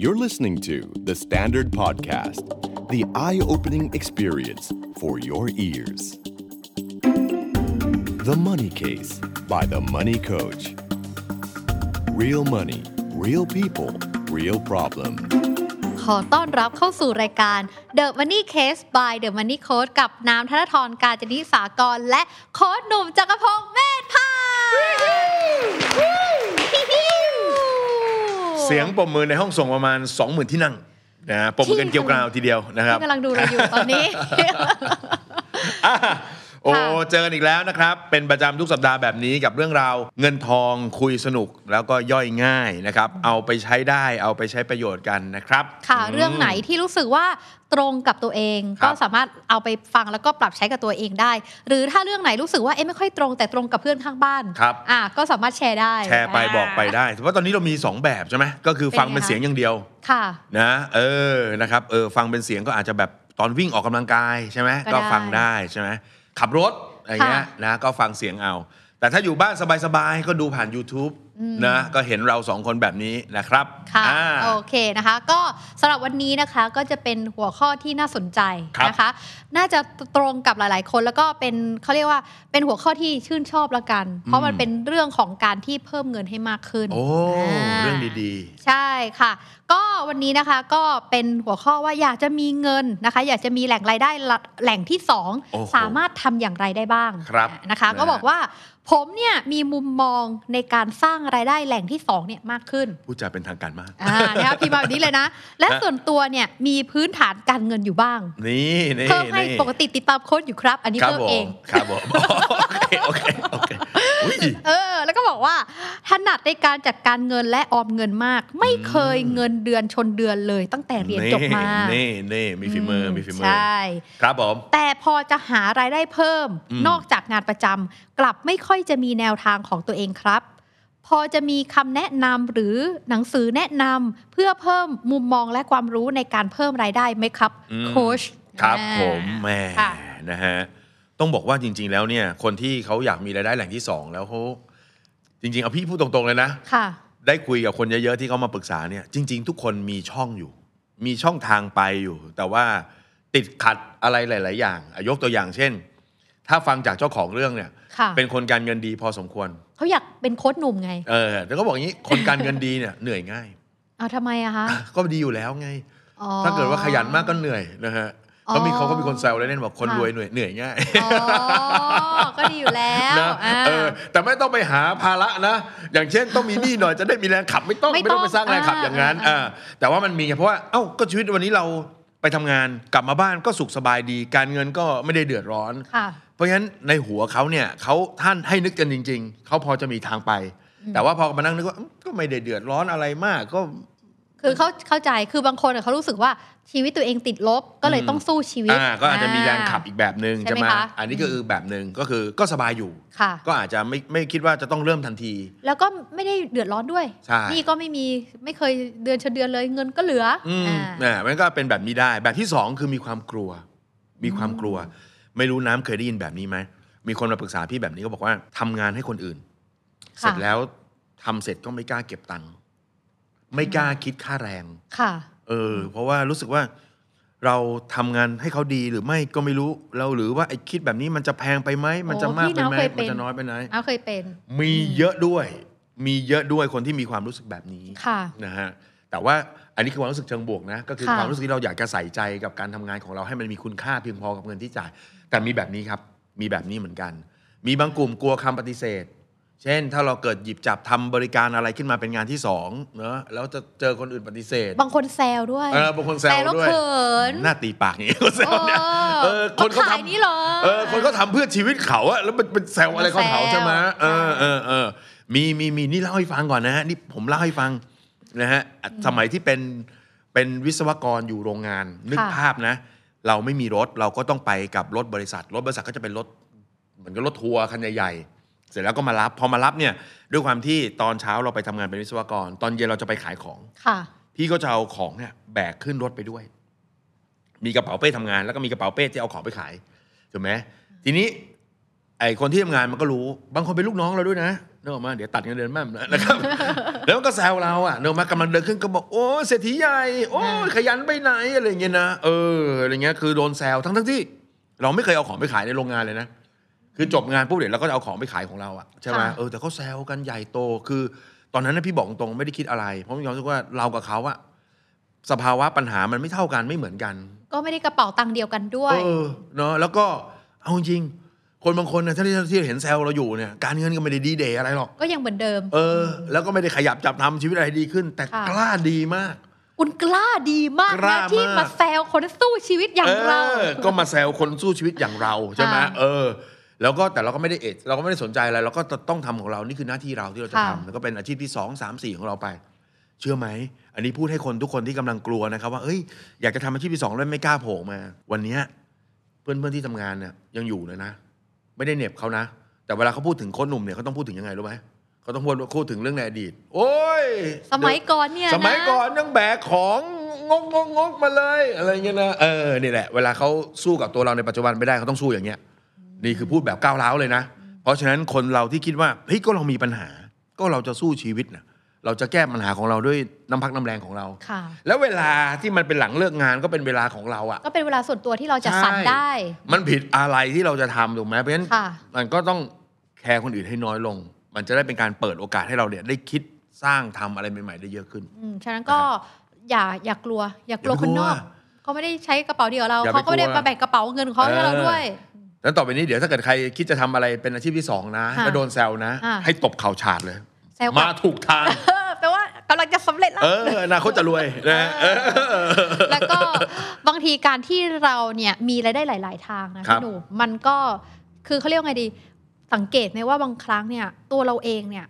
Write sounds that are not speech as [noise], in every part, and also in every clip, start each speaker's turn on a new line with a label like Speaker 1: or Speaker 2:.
Speaker 1: You're listening to The Standard Podcast, the eye opening experience for your ears. The Money Case by The Money Coach. Real money, real people, real problem.
Speaker 2: ขอต้อนรับเข้าสู่รายการ The Money Case by The Money Coach กับน้ำธนทรกาญจนิสากร และโค้ชหนุ่มจักรพงศ์เมธพันธ์
Speaker 3: เสียงปมมือในห้องส่งประมาณ 20,000 ที่นั่งนะฮะปมมือกันเกลียวกราวทีเดียวนะครับ
Speaker 2: ที่กำลังดูเราอยู่ตอนนี้ [laughs]
Speaker 3: อ่ะโอ้
Speaker 2: ค่ะ
Speaker 3: เจอกันอีกแล้วนะครับ เป็นประจำทุกสัปดาห์แบบนี้กับเรื่องราว เงินทองคุยสนุกแล้วก็ย่อยง่ายนะครับ เอาไปใช้ได้เอาไปใช้ประโยชน์กันนะครับ
Speaker 2: ค่ะเรื่องไหนที่รู้สึกว่าตรงกับตัวเอง
Speaker 3: ครับ
Speaker 2: ก็สามารถเอาไปฟังแล้วก็ปรับใช้กับตัวเองได้ หรือถ้าเรื่องไหนรู้สึกว่าเอ๊ะไม่ค่อยตรงแต่ตรงกับเพื่อนข้างบ้าน
Speaker 3: ครับ
Speaker 2: อ่ะก็สามารถแชร์ได้
Speaker 3: แชร์ไปบอกไปได้แต่ว่าตอนนี้เรามี 2 แบบใช่ไหมก็คือฟังเป็นเสียงอย่างเดียว
Speaker 2: ค่ะ
Speaker 3: นะเออนะครับเออฟังเป็นเสียงก็อาจจะแบบตอนวิ่งออกกำลังกายใช่ไหม
Speaker 2: ก็
Speaker 3: ก็
Speaker 2: ได้
Speaker 3: ฟังได้ใช่ไหมขับรถอะไรเงี้ย
Speaker 2: ค่ะ
Speaker 3: นะก็ฟังเสียงเอา แต่ถ้าอยู่บ้านสบายๆ ก็ดูผ่าน YouTube
Speaker 2: อืม
Speaker 3: นะก็เห็นเราสองคนแบบนี้นะครับ
Speaker 2: ค่ะ
Speaker 3: อ่า
Speaker 2: โอเคนะคะ ก็สำหรับวันนี้นะคะก็จะเป็นหัวข้อที่น่าสนใจ
Speaker 3: ครับ
Speaker 2: นะคะ น่าจะตรงกับหลาย ๆ คนแล้วก็เป็นเขาเรียกว่าเป็นหัวข้อที่ชื่นชอบละกัน เพ
Speaker 3: อื
Speaker 2: ราะ
Speaker 3: ม
Speaker 2: มันเป็นเรื่องของการที่เพิ่มเงินให้มากขึ้น
Speaker 3: โอ้
Speaker 2: า
Speaker 3: เรื่องดี
Speaker 2: ใช่ค่ะ ก็วันนี้นะคะก็เป็นหัวข้อว่าอยากจะมีเงินนะคะ อยากจะมีแหล่งรายได้ละแหล่งที่สอง
Speaker 3: ๆโอ้โห
Speaker 2: สามารถทำอย่างไรได้บ้าง
Speaker 3: ครับ
Speaker 2: นะคะ
Speaker 3: นะฮะ
Speaker 2: ก็บอกว่าผมเนี่ยมีมุมมองในการสร้างรายได้แหล่งที่สองเนี่ยมากขึ้น
Speaker 3: พูดจาเป็นทางการมาก
Speaker 2: อ่านะคะพิมพ์มาแบบนี้เลยนะ และ
Speaker 3: ฮะ
Speaker 2: ส่วนตัวเนี่ยมีพื้นฐานการเงินอยู่บ้าง
Speaker 3: นี่นี่
Speaker 2: เพิ่มให้
Speaker 3: นี่
Speaker 2: ปกติติดตามโค้ดอยู่ครับ อันนี้
Speaker 3: ครับ
Speaker 2: เพิ่ม
Speaker 3: ผ
Speaker 2: เอง
Speaker 3: มครับผมโอเคโอเคโอเคอุ๊ย
Speaker 2: เออ แล้วก็บอกว่าถนัดในการจัดการเงินและออมเงินมาก ไม่เคย
Speaker 3: อืม
Speaker 2: เงินเดือนชนเดือนเลยตั้งแต่เรียนจบมา
Speaker 3: นี่นี่มีฝีมืออมีฝีมือ
Speaker 2: ใช่
Speaker 3: ครับผม
Speaker 2: แต่พอจะหารายได้เพิ่ม
Speaker 3: อืม
Speaker 2: นอกจากงานประจำกลับไม่ค่อยจะมีแนวทางของตัวเองครับ พอจะมีคำแนะนำหรือหนังสือแนะนำเพื่อเพิ่มมุมมองและความรู้ในการเพิ่มรายได้ไหมครับ
Speaker 3: อืม
Speaker 2: โค้ช
Speaker 3: ครับ
Speaker 2: อ่า
Speaker 3: ผมแหม่
Speaker 2: ค่ะ
Speaker 3: นะฮะต้องบอกว่าจริง ๆ แล้วเนี่ย คนที่เขาอยากมีรายได้แหล่งที่สองแล้วเขาจริง ๆ เอาพี่พูดตรง ๆ เลยนะ
Speaker 2: ค่ะ
Speaker 3: ได้คุยกับคนเยอะ ๆ ที่เขามาปรึกษาเนี่ยจริง ๆ ทุกคนมีช่องอยู่ มีช่องทางไปอยู่ แต่ว่าติดขัดอะไรหลาย ๆ อย่างอ่ะยกตัวอย่างเช่น ถ้าฟังจากเจ้าของเรื่องเนี่ย
Speaker 2: ค่ะ
Speaker 3: เป็นคนการเงินดีพอสมควร
Speaker 2: เขาอยากเป็นโค้ชหนุ่มไง
Speaker 3: เออแล้วก็บอกอย่างนี้คนการเงินดีเนี่ยเห [laughs] นื่อย
Speaker 2: [laughs]
Speaker 3: ง่าย
Speaker 2: เอาทำไมอะคะ
Speaker 3: อ่ะก็ดีอยู่แล้วไง
Speaker 2: อ๋อ
Speaker 3: ถ้าเกิดว่าขยันมากก็เหนื่อยนะฮะ
Speaker 2: อ๋อ
Speaker 3: เขามีเขาก็มีคนแซวเล่นๆบอกคน
Speaker 2: ค่ะ
Speaker 3: รวยเหนื่อยเหนื่อยง่าย
Speaker 2: อ๋อก็ดีอยู่แล้ว
Speaker 3: นะ
Speaker 2: อ่า
Speaker 3: เออแต่ไม่ต้องไปหาภาระนะ อย่างเช่นต้องมีหนี้หน่อยจะได้มีแรงขับ ไม่ต้อง
Speaker 2: ไม่
Speaker 3: ไม่
Speaker 2: ต้
Speaker 3: ต้
Speaker 2: อ
Speaker 3: อง งไปสร้างแรงขับ
Speaker 2: อ่า
Speaker 3: อย่างนั้น
Speaker 2: อ่า
Speaker 3: อ่าแต่ว่ามันมีไงเพราะว่าเอ้าก็ชีวิตวันนี้เราไปทำงานกลับมาบ้านก็สุขสบายดี การเงินก็ไม่ได้เดือดร้อน
Speaker 2: ค่ะ
Speaker 3: เพราะฉะนั้นในหัวเขาเนี่ยเขาท่านให้นึกกันจริง ๆเขาพอจะมีทางไป แต่ว่าพอมานั่งนึกว่าอืมก็ไม่ได้เดือดร้อนอะไรมากก็
Speaker 2: คือเขาเข้าใจคือบางคนอะเขารู้สึกว่าชีวิตตัวเองติดลบก็เลย
Speaker 3: อืม
Speaker 2: ต้องสู้ชีวิต
Speaker 3: อ่าก็อาจจะมีแรงขับอีกแบบหนึ่ง
Speaker 2: ใช่
Speaker 3: ใช่
Speaker 2: ไหม
Speaker 3: ไหม
Speaker 2: คะ
Speaker 3: อันนี้ก็คือแบบหนึ่งก็คือก็สบายอยู่
Speaker 2: ค่ะ
Speaker 3: ก็อาจจะไม่ไม่คิดว่าจะต้องเริ่มทันที
Speaker 2: แล้วก็ไม่ได้เดือดร้อนด้วย
Speaker 3: ใช่
Speaker 2: นี่ก็ไม่มีไม่เคยเดือนชนเดือนเลยเงินก็เหลือ
Speaker 3: อืม
Speaker 2: อ่า
Speaker 3: อ่ามันก็เป็นแบบนี้ได้ แบบที่สองคือมีความกลัว มีความกลัว ไม่รู้น้ำเคยได้ยินแบบนี้ไหมมีคนมาปรึกษาพี่แบบนี้ก็บอกว่าทำงานให้คนอื่น
Speaker 2: ค่ะ
Speaker 3: เสร็จแล้วทำเสร็จก็ไม่กล้าเก็บตังค์ไม่กล้าคิดค่าแรง
Speaker 2: ค่ะ
Speaker 3: เออ เพราะว่ารู้สึกว่าเราทำงานให้เขาดีหรือไม่ก็ไม่รู้เราหรือว่าไอ้คิดแบบนี้มันจะแพงไปไหมมันจะ
Speaker 2: โอ้
Speaker 3: มาก
Speaker 2: พี่
Speaker 3: ไปไหม
Speaker 2: น้ำเคยเป็
Speaker 3: มัน
Speaker 2: น
Speaker 3: จะน้อยไปไหม
Speaker 2: เอาเคยเป็น
Speaker 3: มีเยอะด้วย มีเยอะด้วยคนที่มีความรู้สึกแบบนี้
Speaker 2: ค่ะ
Speaker 3: นะฮะ แต่ว่าอันนี้คือความรู้สึกเชิงบวกนะ ก็คือ
Speaker 2: ค่ะ
Speaker 3: ความรู้สึกที่เราอยากจะใส่ใจกับการทำงานของเราให้มันมีคุณค่าเพียงพอกับเงินที่จ่าย แต่มีแบบนี้ครับ มีแบบนี้เหมือนกัน มีบางกลุ่มกลัวคำปฏิเสธ เช่น ถ้าเราเกิดหยิบจับทำบริการอะไรขึ้นมาเป็นงานที่สองเนอะแล้วจะเจอคนอื่นปฏิเสธ
Speaker 2: บางคนแซวด้วย
Speaker 3: เออบางคนแซว
Speaker 2: แล้ว
Speaker 3: ด้วย
Speaker 2: เขิน
Speaker 3: หน้าตีปากอย่างนี้ก็แซวเนี่ย
Speaker 2: เอ
Speaker 3: เอ
Speaker 2: อ
Speaker 3: อคนเขา
Speaker 2: ขาย
Speaker 3: ทำ
Speaker 2: นี่เหรอ
Speaker 3: เออคนก็ทำเพื่อชีวิตเขาอะแล้วมันเป็นแซวอะไรเขาเขาใช่ไหม
Speaker 2: แซว
Speaker 3: เออเออเออมีมีมีนี่เล่าให้ฟังก่อนนะฮะนี่ผมเล่าให้ฟังนะฮะสมัยที่เป็นเป็นวิศวกรอยู่โรงงาน นึกภาพนะ เราไม่มีรถเราก็ต้องไปกับรถบริษัท รถบริษัทก็จะเป็นรถเหมือนกับรถทัวร์คันใหญ่ๆเสร็จแล้วก็มารับพอมารับเนี่ยด้วยความที่ตอนเช้าเราไปทำงานเป็นวิศวกร ตอนเย็นเราจะไปขายของ
Speaker 2: ค่ะ
Speaker 3: พี่ก็จะเอาของเนี่ยแบกขึ้นรถไปด้วย มีกระเป๋าเป้ทำงานแล้วก็มีกระเป๋าเป้ที่เอาของไปขายถูกไหมทีนี้ ไอคนที่ทำงานมันก็รู้ บางคนเป็นลูกน้องเราด้วยนะ นึกออกมาเดี๋ยวตัดเงินเดือนมั่ม [laughs] นะครับ แล้วมันก็แซวเราอ่ะนึกออกมากำลังเดินขึ้นก็บอกโอ้เศรษฐีใหญ่โอ้ยขยันไปไหนอะไรอย่างเงี้ยนะเอออะไรเงี้ยคือโดนแซวทั้งทั้งๆที่ เราไม่เคยเอาของไปขายในโรงงานเลยนะ คือจบงานปุ๊บเดี๋ยวเราก็จะเอาของไปขายของเราอะใช่ไหม
Speaker 2: ค่ะ
Speaker 3: เออแต่เขาแซวกันใหญ่โตคือ ตอนนั้นนะพี่บอกตรงๆไม่ได้คิดอะไร เพราะมีความรู้สึกว่าเรากับเขาอะสภาวะปัญหามันไม่เท่ากันไม่เหมือนกัน
Speaker 2: ก็ไม่ได้กระเป๋าตังค์เดียวกันด้วย
Speaker 3: เออเนาะแล้วก็เอาจริงๆคนบางคนนะถ้าที่ที่เห็นแซวเราอยู่เนี่ยการเงินก็ไม่ได้ดีเดย์อะไรหรอก
Speaker 2: ก็ยังเหมือนเดิม
Speaker 3: เออ แล้วก็ไม่ได้ขยับจับทำชีวิตอะไรดีขึ้น แต่
Speaker 2: ค่ะ
Speaker 3: กล้าดีมาก
Speaker 2: คุณกล้าดีมาก
Speaker 3: ก
Speaker 2: นะ
Speaker 3: ล้ามาก
Speaker 2: ที่มาแซวคนสู้ชีวิตอย่างเรา
Speaker 3: ออก็มาแซวคนสู้ชีวิตอย่างเราใช่ไหม
Speaker 2: ค่ะ
Speaker 3: เออ แล้วก็แต่เราก็ไม่ได้เอะเราก็ไม่ได้สนใจอะไรเราก็ต้องทำของเรานี่คือหน้าที่เราที่เราจะ
Speaker 2: ค่ะ
Speaker 3: ทำแล้วก็เป็นอาชีพที่สองสามสี่ของเราไป เชื่อไหม อันนี้พูดให้คนทุกคนที่กำลังกลัวนะครับ ว่าเอ้ยอยากจะทำอาชีพที่สองแล้วไม่กล้าโผล่มา วันเนี้ยเพื่อนเพื่อนๆที่ทำงานเนี่ยยังอยู่เลยนะ ไม่ได้เหน็บเขานะ แต่เวลาเขาพูดถึงโค้ชหนุ่มเนี่ยเขาต้องพูดถึงยังไงรู้ไหมเขาต้องพูดพูดถึงเรื่องในอดีต โอ้ย
Speaker 2: สมัยก่อนเนี่ยนะ
Speaker 3: สมัยก่อนยังแบกของงกงกงกมาเลย อะไรเงี้ยนะเออนี่แหละเวลาเขาสู้กับตัวเราในปัจจุบันไม่ได้เขาต้องสู้อย่างเงี้ยนี่คือพูดแบบก้าวร้าวเลยนะ เพราะฉะนั้นคนเราที่คิดว่าเฮ้ยก็เรามีปัญหา ก็เราจะสู้ชีวิตนะเราจะแก้ปัญหาของเราด้วยน้ำพักน้ำแรงของเรา
Speaker 2: ค่ะ
Speaker 3: แล้วเวลาที่มันเป็นหลังเลิกงานก็เป็นเวลาของเราอะ
Speaker 2: ก็เป็นเวลาส่วนตัวที่เราจะสั่นได้
Speaker 3: มันผิดอะไรที่เราจะทำถูกไหมเพราะฉะนั้น
Speaker 2: ค่ะ
Speaker 3: มันก็ต้องแคร์คนอื่นให้น้อยลง มันจะได้เป็นการเปิดโอกาสให้เราเนี่ยได้คิดสร้างทำอะไรใหม่ๆได้เยอะขึ้น
Speaker 2: อืมฉะนั้นก็อย่าอย่ากลัว อย่ากลัว
Speaker 3: อย่าไป
Speaker 2: คนนอก
Speaker 3: กลัว
Speaker 2: เขาไม่ได้ใช้กระเป๋าเดียวเรา
Speaker 3: อย่าไป
Speaker 2: เขาก็ไม่ได้
Speaker 3: กลัว
Speaker 2: มาแบ่งกระเป๋าเงินของเขาให้เรา
Speaker 3: เออ
Speaker 2: ด้วย
Speaker 3: แล้วต่อไปนี้เดี๋ยวถ้าเกิดใครคิดจะทำอะไรเป็นอาชีพที่สองนะ
Speaker 2: ค่ะ
Speaker 3: แล้วโดนแซวนะ
Speaker 2: ค่ะ
Speaker 3: ให้ตบเข่าฉาดเลย
Speaker 2: แซวกลั
Speaker 3: มา
Speaker 2: บ
Speaker 3: ถูก
Speaker 2: [laughs]
Speaker 3: ทาง
Speaker 2: เออแปลว่ากำลังจะสำเร็จแล้ว
Speaker 3: เอออนาคตจะร
Speaker 2: [laughs]
Speaker 3: วยนะเออ
Speaker 2: แล้วก็บางทีการที่เราเนี่ยมีรายได้หลาย ๆ ทางนะครับ พี่หนูมันก็คือเขาเรียกว่าไงดี สังเกตไหมว่าบางครั้งเนี่ย ตัวเราเองเนี่ย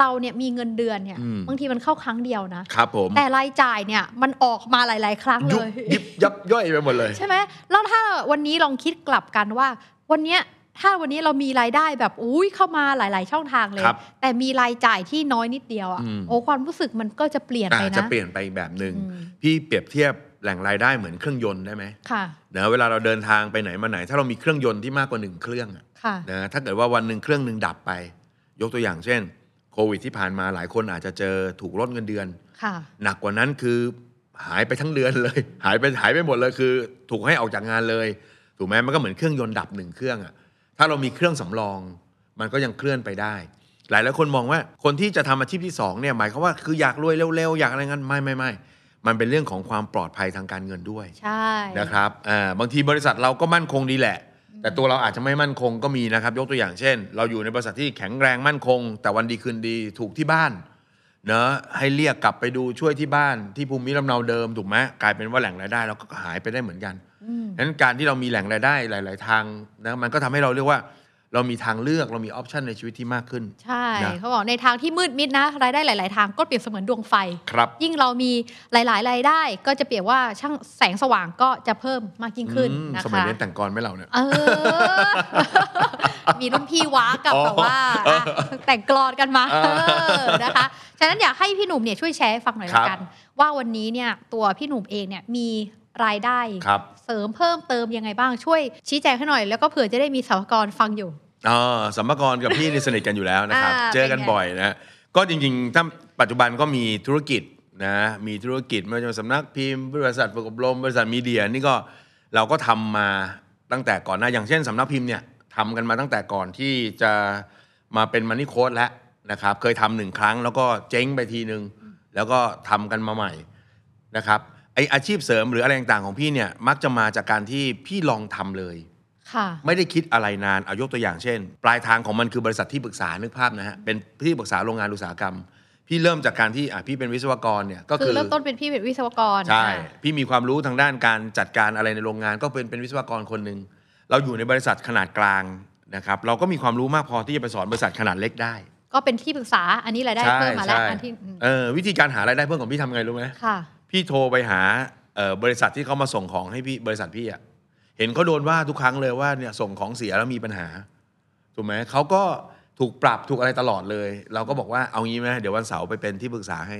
Speaker 2: เราเนี่ยมีเงินเดือนเนี่ย
Speaker 3: อืม
Speaker 2: บางทีมันเข้าครั้งเดียวนะ
Speaker 3: ครับผม
Speaker 2: แต่รายจ่ายเนี่ยมันออกมาหลาย ๆ ครั้งเล
Speaker 3: ยุบ
Speaker 2: ย
Speaker 3: ยิบยับย่อยไปหมดเลย
Speaker 2: ใช่ไหมแล้วถ้าวันนี้ลองคิดกลับกันว่า วันเนี้ยถ้าวันนี้เรามีรายได้แบบอุ้ยเข้ามาหลาย ๆ ช่องทางเลย
Speaker 3: ครับ
Speaker 2: แต่มีรายจ่ายที่น้อยนิดเดียวอะ
Speaker 3: อืม
Speaker 2: โอ้ความรู้สึกมันก็จะเปลี่ยนไป
Speaker 3: อ่า
Speaker 2: นะ
Speaker 3: จะเปลี่ยนไปอีกแบบหนึ่ง
Speaker 2: อืม
Speaker 3: พี่เปรียบเทียบแหล่งรายได้เหมือนเครื่องยนต์ได้ไหม
Speaker 2: ค่ะ
Speaker 3: เนะเวลาเราเดินทางไปไหนมาไหน ถ้าเรามีเครื่องยนต์ที่มากกว่าหนึ่งเครื่องอะ
Speaker 2: ค่ะ
Speaker 3: นะถ้าเกิดว่าวันหนึ่งเครื่องหนึ่งดับไป ยกตัวอย่างเช่น โควิดที่ผ่านมาหลายคนอาจจะเจอถูกลดเงินเดือน
Speaker 2: ค่ะ
Speaker 3: หนักกว่านั้นคือหายไปทั้งเดือนเลย [laughs] หายไปหายไปหมดเลยคือ ถูกให้ออกจากงานเลย ถูกไหมมันก็เหมือนเครื่องยนต์ดับหนึ่งเครื่องอะถ้าเรามีเครื่องสำรอง มันก็ยังเคลื่อนไปได้ หลายหลายคนมองว่าคนที่จะทำอาชีพที่สองเนี่ยหมายความว่าคืออยากรวยเร็วๆอยากอะไรเงี้ยไม่ไม่ไม่มันเป็นเรื่องของความปลอดภัยทางการเงินด้วย
Speaker 2: ใช่
Speaker 3: นะครับอ่าบางทีบริษัทเราก็มั่นคงดีแหละ แต่ตัวเราอาจจะไม่มั่นคงก็มีนะครับ ยกตัวอย่างเช่น เราอยู่ในบริษัทที่แข็งแรงมั่นคง แต่วันดีคืนดีถูกที่บ้านเนอะให้เรียกกลับไปดูช่วยที่บ้านที่ภูมิลำเนาเดิมถูกไหมกลายเป็นว่าแหล่งรายได้เราก็หายไปได้เหมือนกัน
Speaker 2: อืม
Speaker 3: ฉะนั้นการที่เรามีแหล่งรายได้หลาย ๆ ทางนะมันก็ทำให้เราเรียกว่า เรามีทางเลือกเรามีออปชันในชีวิตที่มากขึ้น
Speaker 2: ใช่
Speaker 3: นะ
Speaker 2: เขาบอกในทางที่มืดมิดนะ รายได้หลาย ๆ ทางก็เปรียบเสมือนดวงไฟ
Speaker 3: ครับ
Speaker 2: ยิ่งเรามีหลาย ๆ รายได้ ก็จะเปรียบว่าช่างแสงสว่างก็จะเพิ่มมากยิ่งขึ้น
Speaker 3: อืม
Speaker 2: นะคะ
Speaker 3: สมัยเรียนแต่งกรไหม่เราเนี่ย
Speaker 2: เออ [laughs] มีรุ่นพี่ว้ากับ
Speaker 3: อ๋อ
Speaker 2: แบบว่าอ่ะแต่งกรอนกันมา
Speaker 3: อ่า
Speaker 2: เออนะคะ ฉะนั้นอยากให้พี่หนุ่มเนี่ยช่วยแชร์ให้ฟังหน่อย
Speaker 3: ครั
Speaker 2: ละ
Speaker 3: บ
Speaker 2: กัน ว่าวันนี้เนี่ยตัวพี่หนุ่มเองเนี่ยมีรายได้
Speaker 3: ครับ
Speaker 2: เสริมเพิ่มเติมยังไงบ้างช่วยชี้แจงให้หน่อย แล้วก็เผื่อจะได้มีสาวกรฟังอยู่
Speaker 3: อ๋อสัมภาระกับพี่นี่สนิทกันอยู่แล้วนะครับ
Speaker 2: อ่า
Speaker 3: เจอกัน
Speaker 2: เป็นไง
Speaker 3: บ่อยนะ ก็จริงๆ ถ้าปัจจุบันก็มีธุรกิจนะ มีธุรกิจไม่ว่าจะเป็นสำนักพิมพ์บริษัทฝึกอบรมบริษัทมีเดียนี่ก็เราก็ทำมาตั้งแต่ก่อนหนะอย่างเช่นสำนักพิมพ์เนี่ยทำกันมาตั้งแต่ก่อนที่จะมาเป็นมันนี่โค้ดแล้วนะครับ เคยทำหนึ่งครั้งแล้วก็เจ๊งไปทีหนึ่งแล้วก็ทำกันมาใหม่ นะครับไออาชีพเสริมหรืออะไรต่างๆของพี่เนี่ยมักจะมาจากการที่พี่ลองทำเลย
Speaker 2: ค่ะ
Speaker 3: ไม่ได้คิดอะไรนาน เอายกตัวอย่างเช่น ปลายทางของมันคือบริษัทที่ปรึกษานึกภาพนะฮะ เป็นที่ปรึกษาโรงงานอุตสาหกรรม พี่เริ่มจากการที่อ่ะพี่เป็นวิศวกรเนี่ยก็
Speaker 2: คื
Speaker 3: คือ อ
Speaker 2: เริ่มต้นเป็นพี่เป็นวิศวกร
Speaker 3: ใช่
Speaker 2: อ่ะ
Speaker 3: พี่มีความรู้ทางด้านการจัดการอะไรในโรงงาน ก็เป็นเป็นวิศวกรคนหนึ่งเราอยู่ในบริษัทขนาดกลางนะครับเราก็มีความรู้มากพอที่จะไปสอนบริษัทขนาดเล็กได้
Speaker 2: ก็เป็นที่ปรึกษาอันนี้รายได้เพิ่มมาแล้วอันที่อืม
Speaker 3: เออวิธีการหารายได้เพิ่มของพี่ทำไงรู้ไหม
Speaker 2: ค่ะ
Speaker 3: พี่โทรไปหาเอ่อบริษัทที่เขามาส่งของให้พี่บริษัทพี่อะเห็นเขาโดนว่าทุกครั้งเลยว่าเนี่ยส่งของเสียแล้วมีปัญหาถูกไหมเขาก็ถูกปรับถูกอะไรตลอดเลย เราก็บอกว่าเอางี้ไหมเดี๋ยววันเสาร์ไปเป็นที่ปรึกษาให้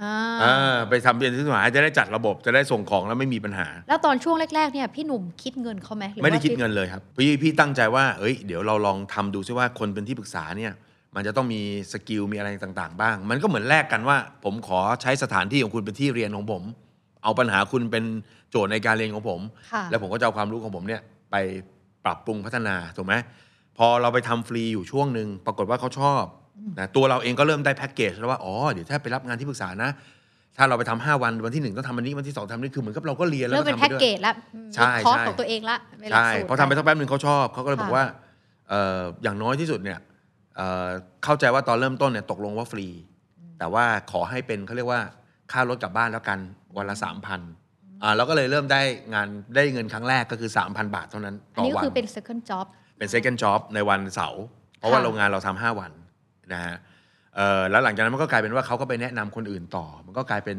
Speaker 2: อ่า
Speaker 3: อ่าไปทำเป็นที่ปรึกษาให้จะได้จัดระบบจะได้ส่งของแล้วไม่มีปัญหา
Speaker 2: แล้วตอนช่วงแรก ๆ เนี่ยพี่หนุ่มคิดเงินเขาไหมหรือว่า
Speaker 3: ไม่ได้คิดเงินเลยครับพี่พี่ตั้งใจว่าเอ้ยเดี๋ยวเราลองทำดูซิว่าคนเป็นที่ปรึกษาเนี่ย มันจะต้องมีสกิลมีอะไรต่างๆ บ้าง มันก็เหมือนแลกกันว่า ผมขอใช้สถานที่ของคุณเป็นที่เรียนของผม เอาปัญหาคุณเป็นโจทย์ในการเรียนของผม
Speaker 2: ค่ะ
Speaker 3: แล้วผมก็จะเอาความรู้ของผมเนี่ยไปปรับปรุงพัฒนาถูกไหมพอเราไปทำฟรีอยู่ช่วงหนึ่งปรากฏว่าเขาชอบนะตัวเราเองก็เริ่มได้แพ็กเกจแล้วว่าอ๋อเดี๋ยวถ้าไปรับงานที่ปรึกษานะ ถ้าเราไปทำห้าวันวันที่หนึ่งต้องทำอันนี้วันที่สองทำอันนี้คือเหมือนกับเราก็เรียนแล้ว
Speaker 2: เริ่มเป็น
Speaker 3: ทำ
Speaker 2: แพ็ก
Speaker 3: ได้วย
Speaker 2: เกจละอืม
Speaker 3: ใช่
Speaker 2: เป็นคอร์ส
Speaker 3: ใช่
Speaker 2: ของตัวเองละเป็นหลัก
Speaker 3: ใช่
Speaker 2: สูตร
Speaker 3: พอทำไปสักแป๊บหนึ่งเขาชอบเขาก็เลย
Speaker 2: ค่ะ
Speaker 3: บอกว่าเอ่ออย่างน้อยที่สุดเนี่ยเอ่อเข้าใจว่าตอนเริ่มต้นเนี่ยตกลงว่าฟรี แต่ว่าขอให้เป็นเขาเรียกว่าค่ารถกลับบ้านแล้วกันวันละสามพันอ่าเราก็เลยเริ่มได้งานได้เงินครั้งแรกก็คือ 3,000 บาทเท่านั้น
Speaker 2: อั
Speaker 3: ต่
Speaker 2: น
Speaker 3: อ
Speaker 2: นี้ก็
Speaker 3: วัน
Speaker 2: คือเป็น second job
Speaker 3: เป็น second job ในวันเสาร์เพราะว่า
Speaker 2: ค่ะ
Speaker 3: โรงงานเราทำห้าวันนะฮะเอ่อแล้วหลังจากนั้นมันก็กลายเป็นว่าเขาก็ไปแนะนำคนอื่นต่อ มันก็กลายเป็น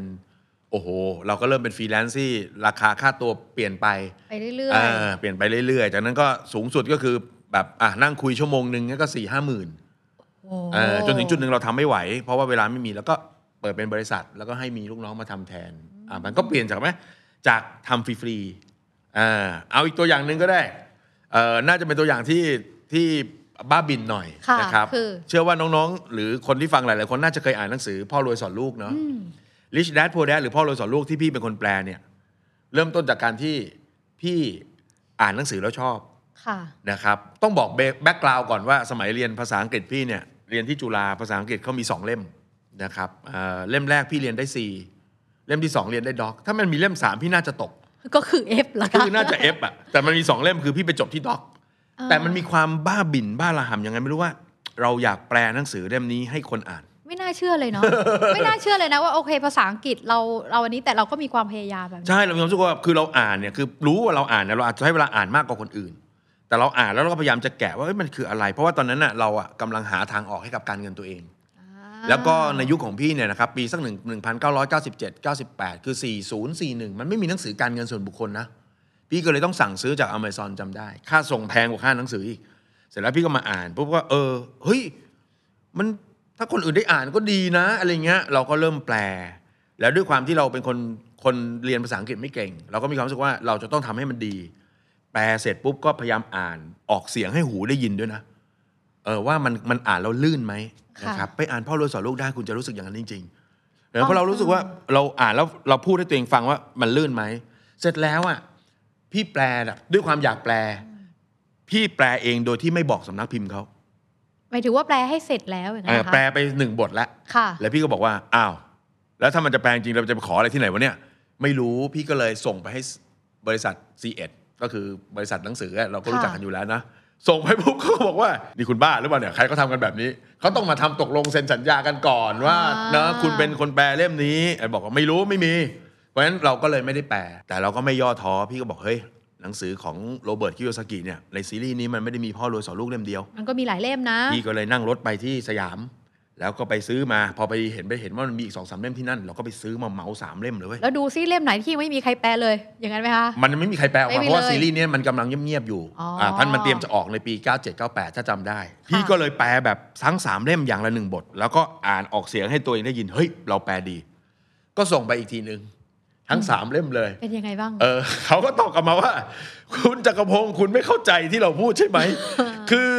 Speaker 3: โอ้โห เราก็เริ่มเป็นฟรีแลนซ์ที่ราคาค่าตัวเปลี่ยนไป
Speaker 2: ไปเรื่อย
Speaker 3: อ่าเปลี่ยนไปเรื่อยๆ จากนั้นก็สูงสุดก็คือแบบอ่ะนั่งคุยชั่วโมงหนึ่งก็สี่ห้าหมื่น
Speaker 2: ๆ โอ้
Speaker 3: เอ่อจนถึงจุดหนึ่งเราทำไม่ไหว เพราะว่าเวลาไม่มีแล้วก็เปิดเป็นบริษัท แล้วก็ให้มีลูกน้องมาทำแทนอ่ะมันก็เปลี่ยนจากไหมจากทำฟรีๆอ่าเอาอีกตัวอย่างหนึ่งก็ได้เอ่อน่าจะเป็นตัวอย่างที่ที่บ้าบินหน่อย
Speaker 2: ค่ะ
Speaker 3: นะครับ
Speaker 2: คือ
Speaker 3: เชื่อว่าน้องๆ หรือคนที่ฟังหลายๆคนน่าจะเคยอ่านหนังสือ พ่อรวยสอนลูกเนาะ
Speaker 2: อืม
Speaker 3: ริชแดดโพแดดหรือพ่อรวยสอนลูกที่พี่เป็นคนแปลเนี่ยเริ่มต้นจากการที่พี่อ่านหนังสือแล้วชอบ
Speaker 2: ค่ะ
Speaker 3: นะครับ ต้องบอกแบ็กกราวก่อนว่าสมัยเรียนภาษาอังกฤษพี่เนี่ยเรียนที่จุฬาภาษาอังกฤษเขามี 2 เล่มนะครับเอ่อเล่มแรกพี่เรียนได้ 4 เล่มที่ 2 เรียนได้ด็อก ถ้ามันมีเล่ม 3 พี่น่าจะต [laughs] ก
Speaker 2: ก็คือ F ละ
Speaker 3: คื
Speaker 2: ค่ะ
Speaker 3: อน่าจะ F อ่ะแต่มันมี 2 เล่มคือพี่ไปจบที่ด็อก
Speaker 2: เออ
Speaker 3: แต่มันมีความบ้าบิ่นบ้าระห่ำยังไงไม่รู้ว่า เราอยากแปลหนังสือเล่มนี้ให้คนอ่าน
Speaker 2: ไม่น่าเชื่อเลยเนาะ
Speaker 3: [laughs]
Speaker 2: ไม่น่าเชื่อเลยนะว่าโอเคภาษาอังกฤษเราเราอันนี้แต่เราก็มีความพยายามแบบนี้
Speaker 3: ใช่เรามีความรู้สึกว่าคือเราอ่านเนี่ยคือรู้ว่าเราอ่านเนี่ยเราอาจจะให้เวลาอ่านมากกว่าคนอื่น แต่เราอ่านแล้วเราก็พยายามจะแกะว่าเอ้ยมันคืออะไร เพราะว่าตอนนั้นน่ะเราอ่ะกำลังหาทางออกให้กับการเงินตัวเอง แล้วก็ในยุคของพี่เนี่ยนะครับปีสักหนึ่งหนึ่งพันเก้าร้อยเก้าสิบเจ็ดเก้าสิบแปดคือสี่ศูนย์สี่หนึ่งมันไม่มีหนังสือการเงินส่วนบุคคลนะ พี่ก็เลยต้องสั่งซื้อจากอเมซอนจำได้ ค่าส่งแพงกว่าค่าหนังสืออีก เสร็จแล้วพี่ก็มาอ่านปุ๊บก็เออเฮ้ยมันถ้าคนอื่นได้อ่านก็ดีนะ อะไรเงี้ยเราก็เริ่มแปล แล้วด้วยความที่เราเป็นคนคนเรียนภาษาอังกฤษไม่เก่ง เราก็มีความรู้สึกว่าเราจะต้องทำให้มันดี แปลเสร็จปุ๊บก็พยายามอ่านออกเสียงให้หูได้ยินด้วยนะ เออว่ามันมันอ่านแล้วลื่นไหม
Speaker 2: ค่ะ
Speaker 3: นะครับ ไปอ่านพ่อรวยสอนลูกได้คุณจะรู้สึกอย่างนั้นจริงๆเออ
Speaker 2: ต้อง
Speaker 3: เพราะเรารู้สึกว่าเราอ่านแล้วเราพูดให้ตัวเองฟังว่ามันลื่นไหมเสร็จแล้วอ่ะพี่แปลน่ะด้วยความอยากแปล พี่แปลเองโดยที่ไม่บอกสำนักพิมพ์เขา
Speaker 2: หมายถึงว่าแปลให้เสร็จแล้วอย่าง
Speaker 3: เอ
Speaker 2: เงี้
Speaker 3: อยแปลไปหนึ่งบทแล้ว
Speaker 2: ค่ะ
Speaker 3: แล้วพี่ก็บอกว่า อ้าว แล้วถ้ามันจะแปลงจริง เราจะไปขออะไรที่ไหนวะเนี่ย ไม่รู้ พี่ก็เลยส่งไปให้บริษัท C1 ก็คือบริษัทหนังสืออะเราก็รู้
Speaker 2: ค่ะ
Speaker 3: จักกันอยู่แล้วนะ ส่งไปปุ๊บเขาก็บอกว่า นี่คุณบ้าหรือเปล่าเนี่ย ใครเขาทำกันแบบนี้ เขาต้องมาทำตกลงเซ็นสัญญากันก่อนว่าเนอะคุณเป็นคนแปลเล่มนี้ไอ้บอกว่าไม่รู้ไม่มี เพราะฉะนั้นเราก็เลยไม่ได้แปล แต่เราก็ไม่ย่อท้อ พี่ก็บอก เฮ้ย หนังสือของโรเบิร์ตคิโยซากิเนี่ย ในซีรีส์นี้มันไม่ได้มีพ่อรวยสอนลูกเล่มเดียว
Speaker 2: มันก็มีหลายเล่มนะ
Speaker 3: พี่ก็เลยนั่งรถไปที่สยาม แล้วก็ไปซื้อมา พอไปเห็นไปเห็นว่ามันมีอีกสองสามเล่มที่นั่น เราก็ไปซื้อมาเหมาสามเล่มเลยเว้ย
Speaker 2: แล้วดูซิเล่มไหนที่ไม่มีใครแปลเลย อย่างนั้นไหมคะ
Speaker 3: มันยังไม่มีใครแปลออก
Speaker 2: ไม่
Speaker 3: มา
Speaker 2: มี
Speaker 3: เพราะว่า
Speaker 2: เลย
Speaker 3: ซีรีส์เนี้ยมันกำลังเงียบๆอยู่
Speaker 2: อ๋ออ่
Speaker 3: าพันมันเตรียมจะออกในปี 97-98 ถ้าจำได้
Speaker 2: ะ
Speaker 3: พี่ก็เลยแปลแบบทั้งสามเล่มอย่างละหนึ่งบท แล้วก็อ่านออกเสียงให้ตัวเองได้ยินเฮ้ยเราแปลดี ก็ส่งไปอีกทีหนึ่งทั้งสามเล่มเลย
Speaker 2: เป็นยังไงบ้าง
Speaker 3: เออเขาก็ตอบกลับมาว่า คุณจักรพงศ์คุณไม่เข้าใจที่เราพูด
Speaker 2: [laughs]
Speaker 3: ใช่ไหม คือ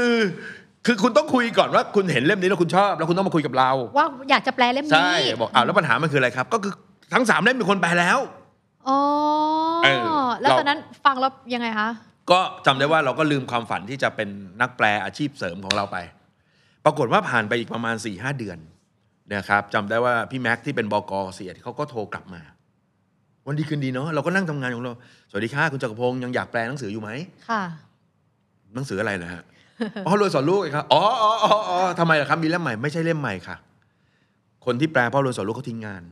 Speaker 3: คือคุณต้องคุยก่อนว่าคุณเห็นเล่มนี้แล้วคุณชอบ แล้วคุณต้องมาคุยกับเรา
Speaker 2: ว่าอยากจะแปลเล่ม
Speaker 3: ใช่
Speaker 2: นี้
Speaker 3: บอกอ้าวแล้วปัญหามันคืออะไรครับ ก็คือทั้งสามเล่มมีคนแปลแล้ว
Speaker 2: อ๋อ
Speaker 3: เออ
Speaker 2: แล้ว
Speaker 3: เรา
Speaker 2: ตอนนั้นฟังแล้วยังไงคะ
Speaker 3: ก็จำได้ว่าเราก็ลืมความฝันที่จะเป็นนักแปลอาชีพเสริมของเราไป ปรากฏว่าผ่านไปอีกประมาณ4ี่หเดือนนะครับจำได้ว่าพี่แม็กซ์ที่เป็นบกเสียดเขาก็โทรกลับมา วันดีคืนดีเนาะเราก็นั่งทำงานของเราสวัสดีค่ะคุณจักรพงศ์ยังอยากแปลหนังสืออยู่ไหม
Speaker 2: ค่ะ
Speaker 3: หนังสืออะไรนะฮะ พ่อรวยสอนลูกไงครับ อ๋ออ๋ออ๋ออ๋อทำไมล่ะครับ มีเล่มใหม่ ไม่ใช่เล่มใหม่ค่ะ คนที่แปลพ่อรวยสอนลูกเขาทิ้งงาน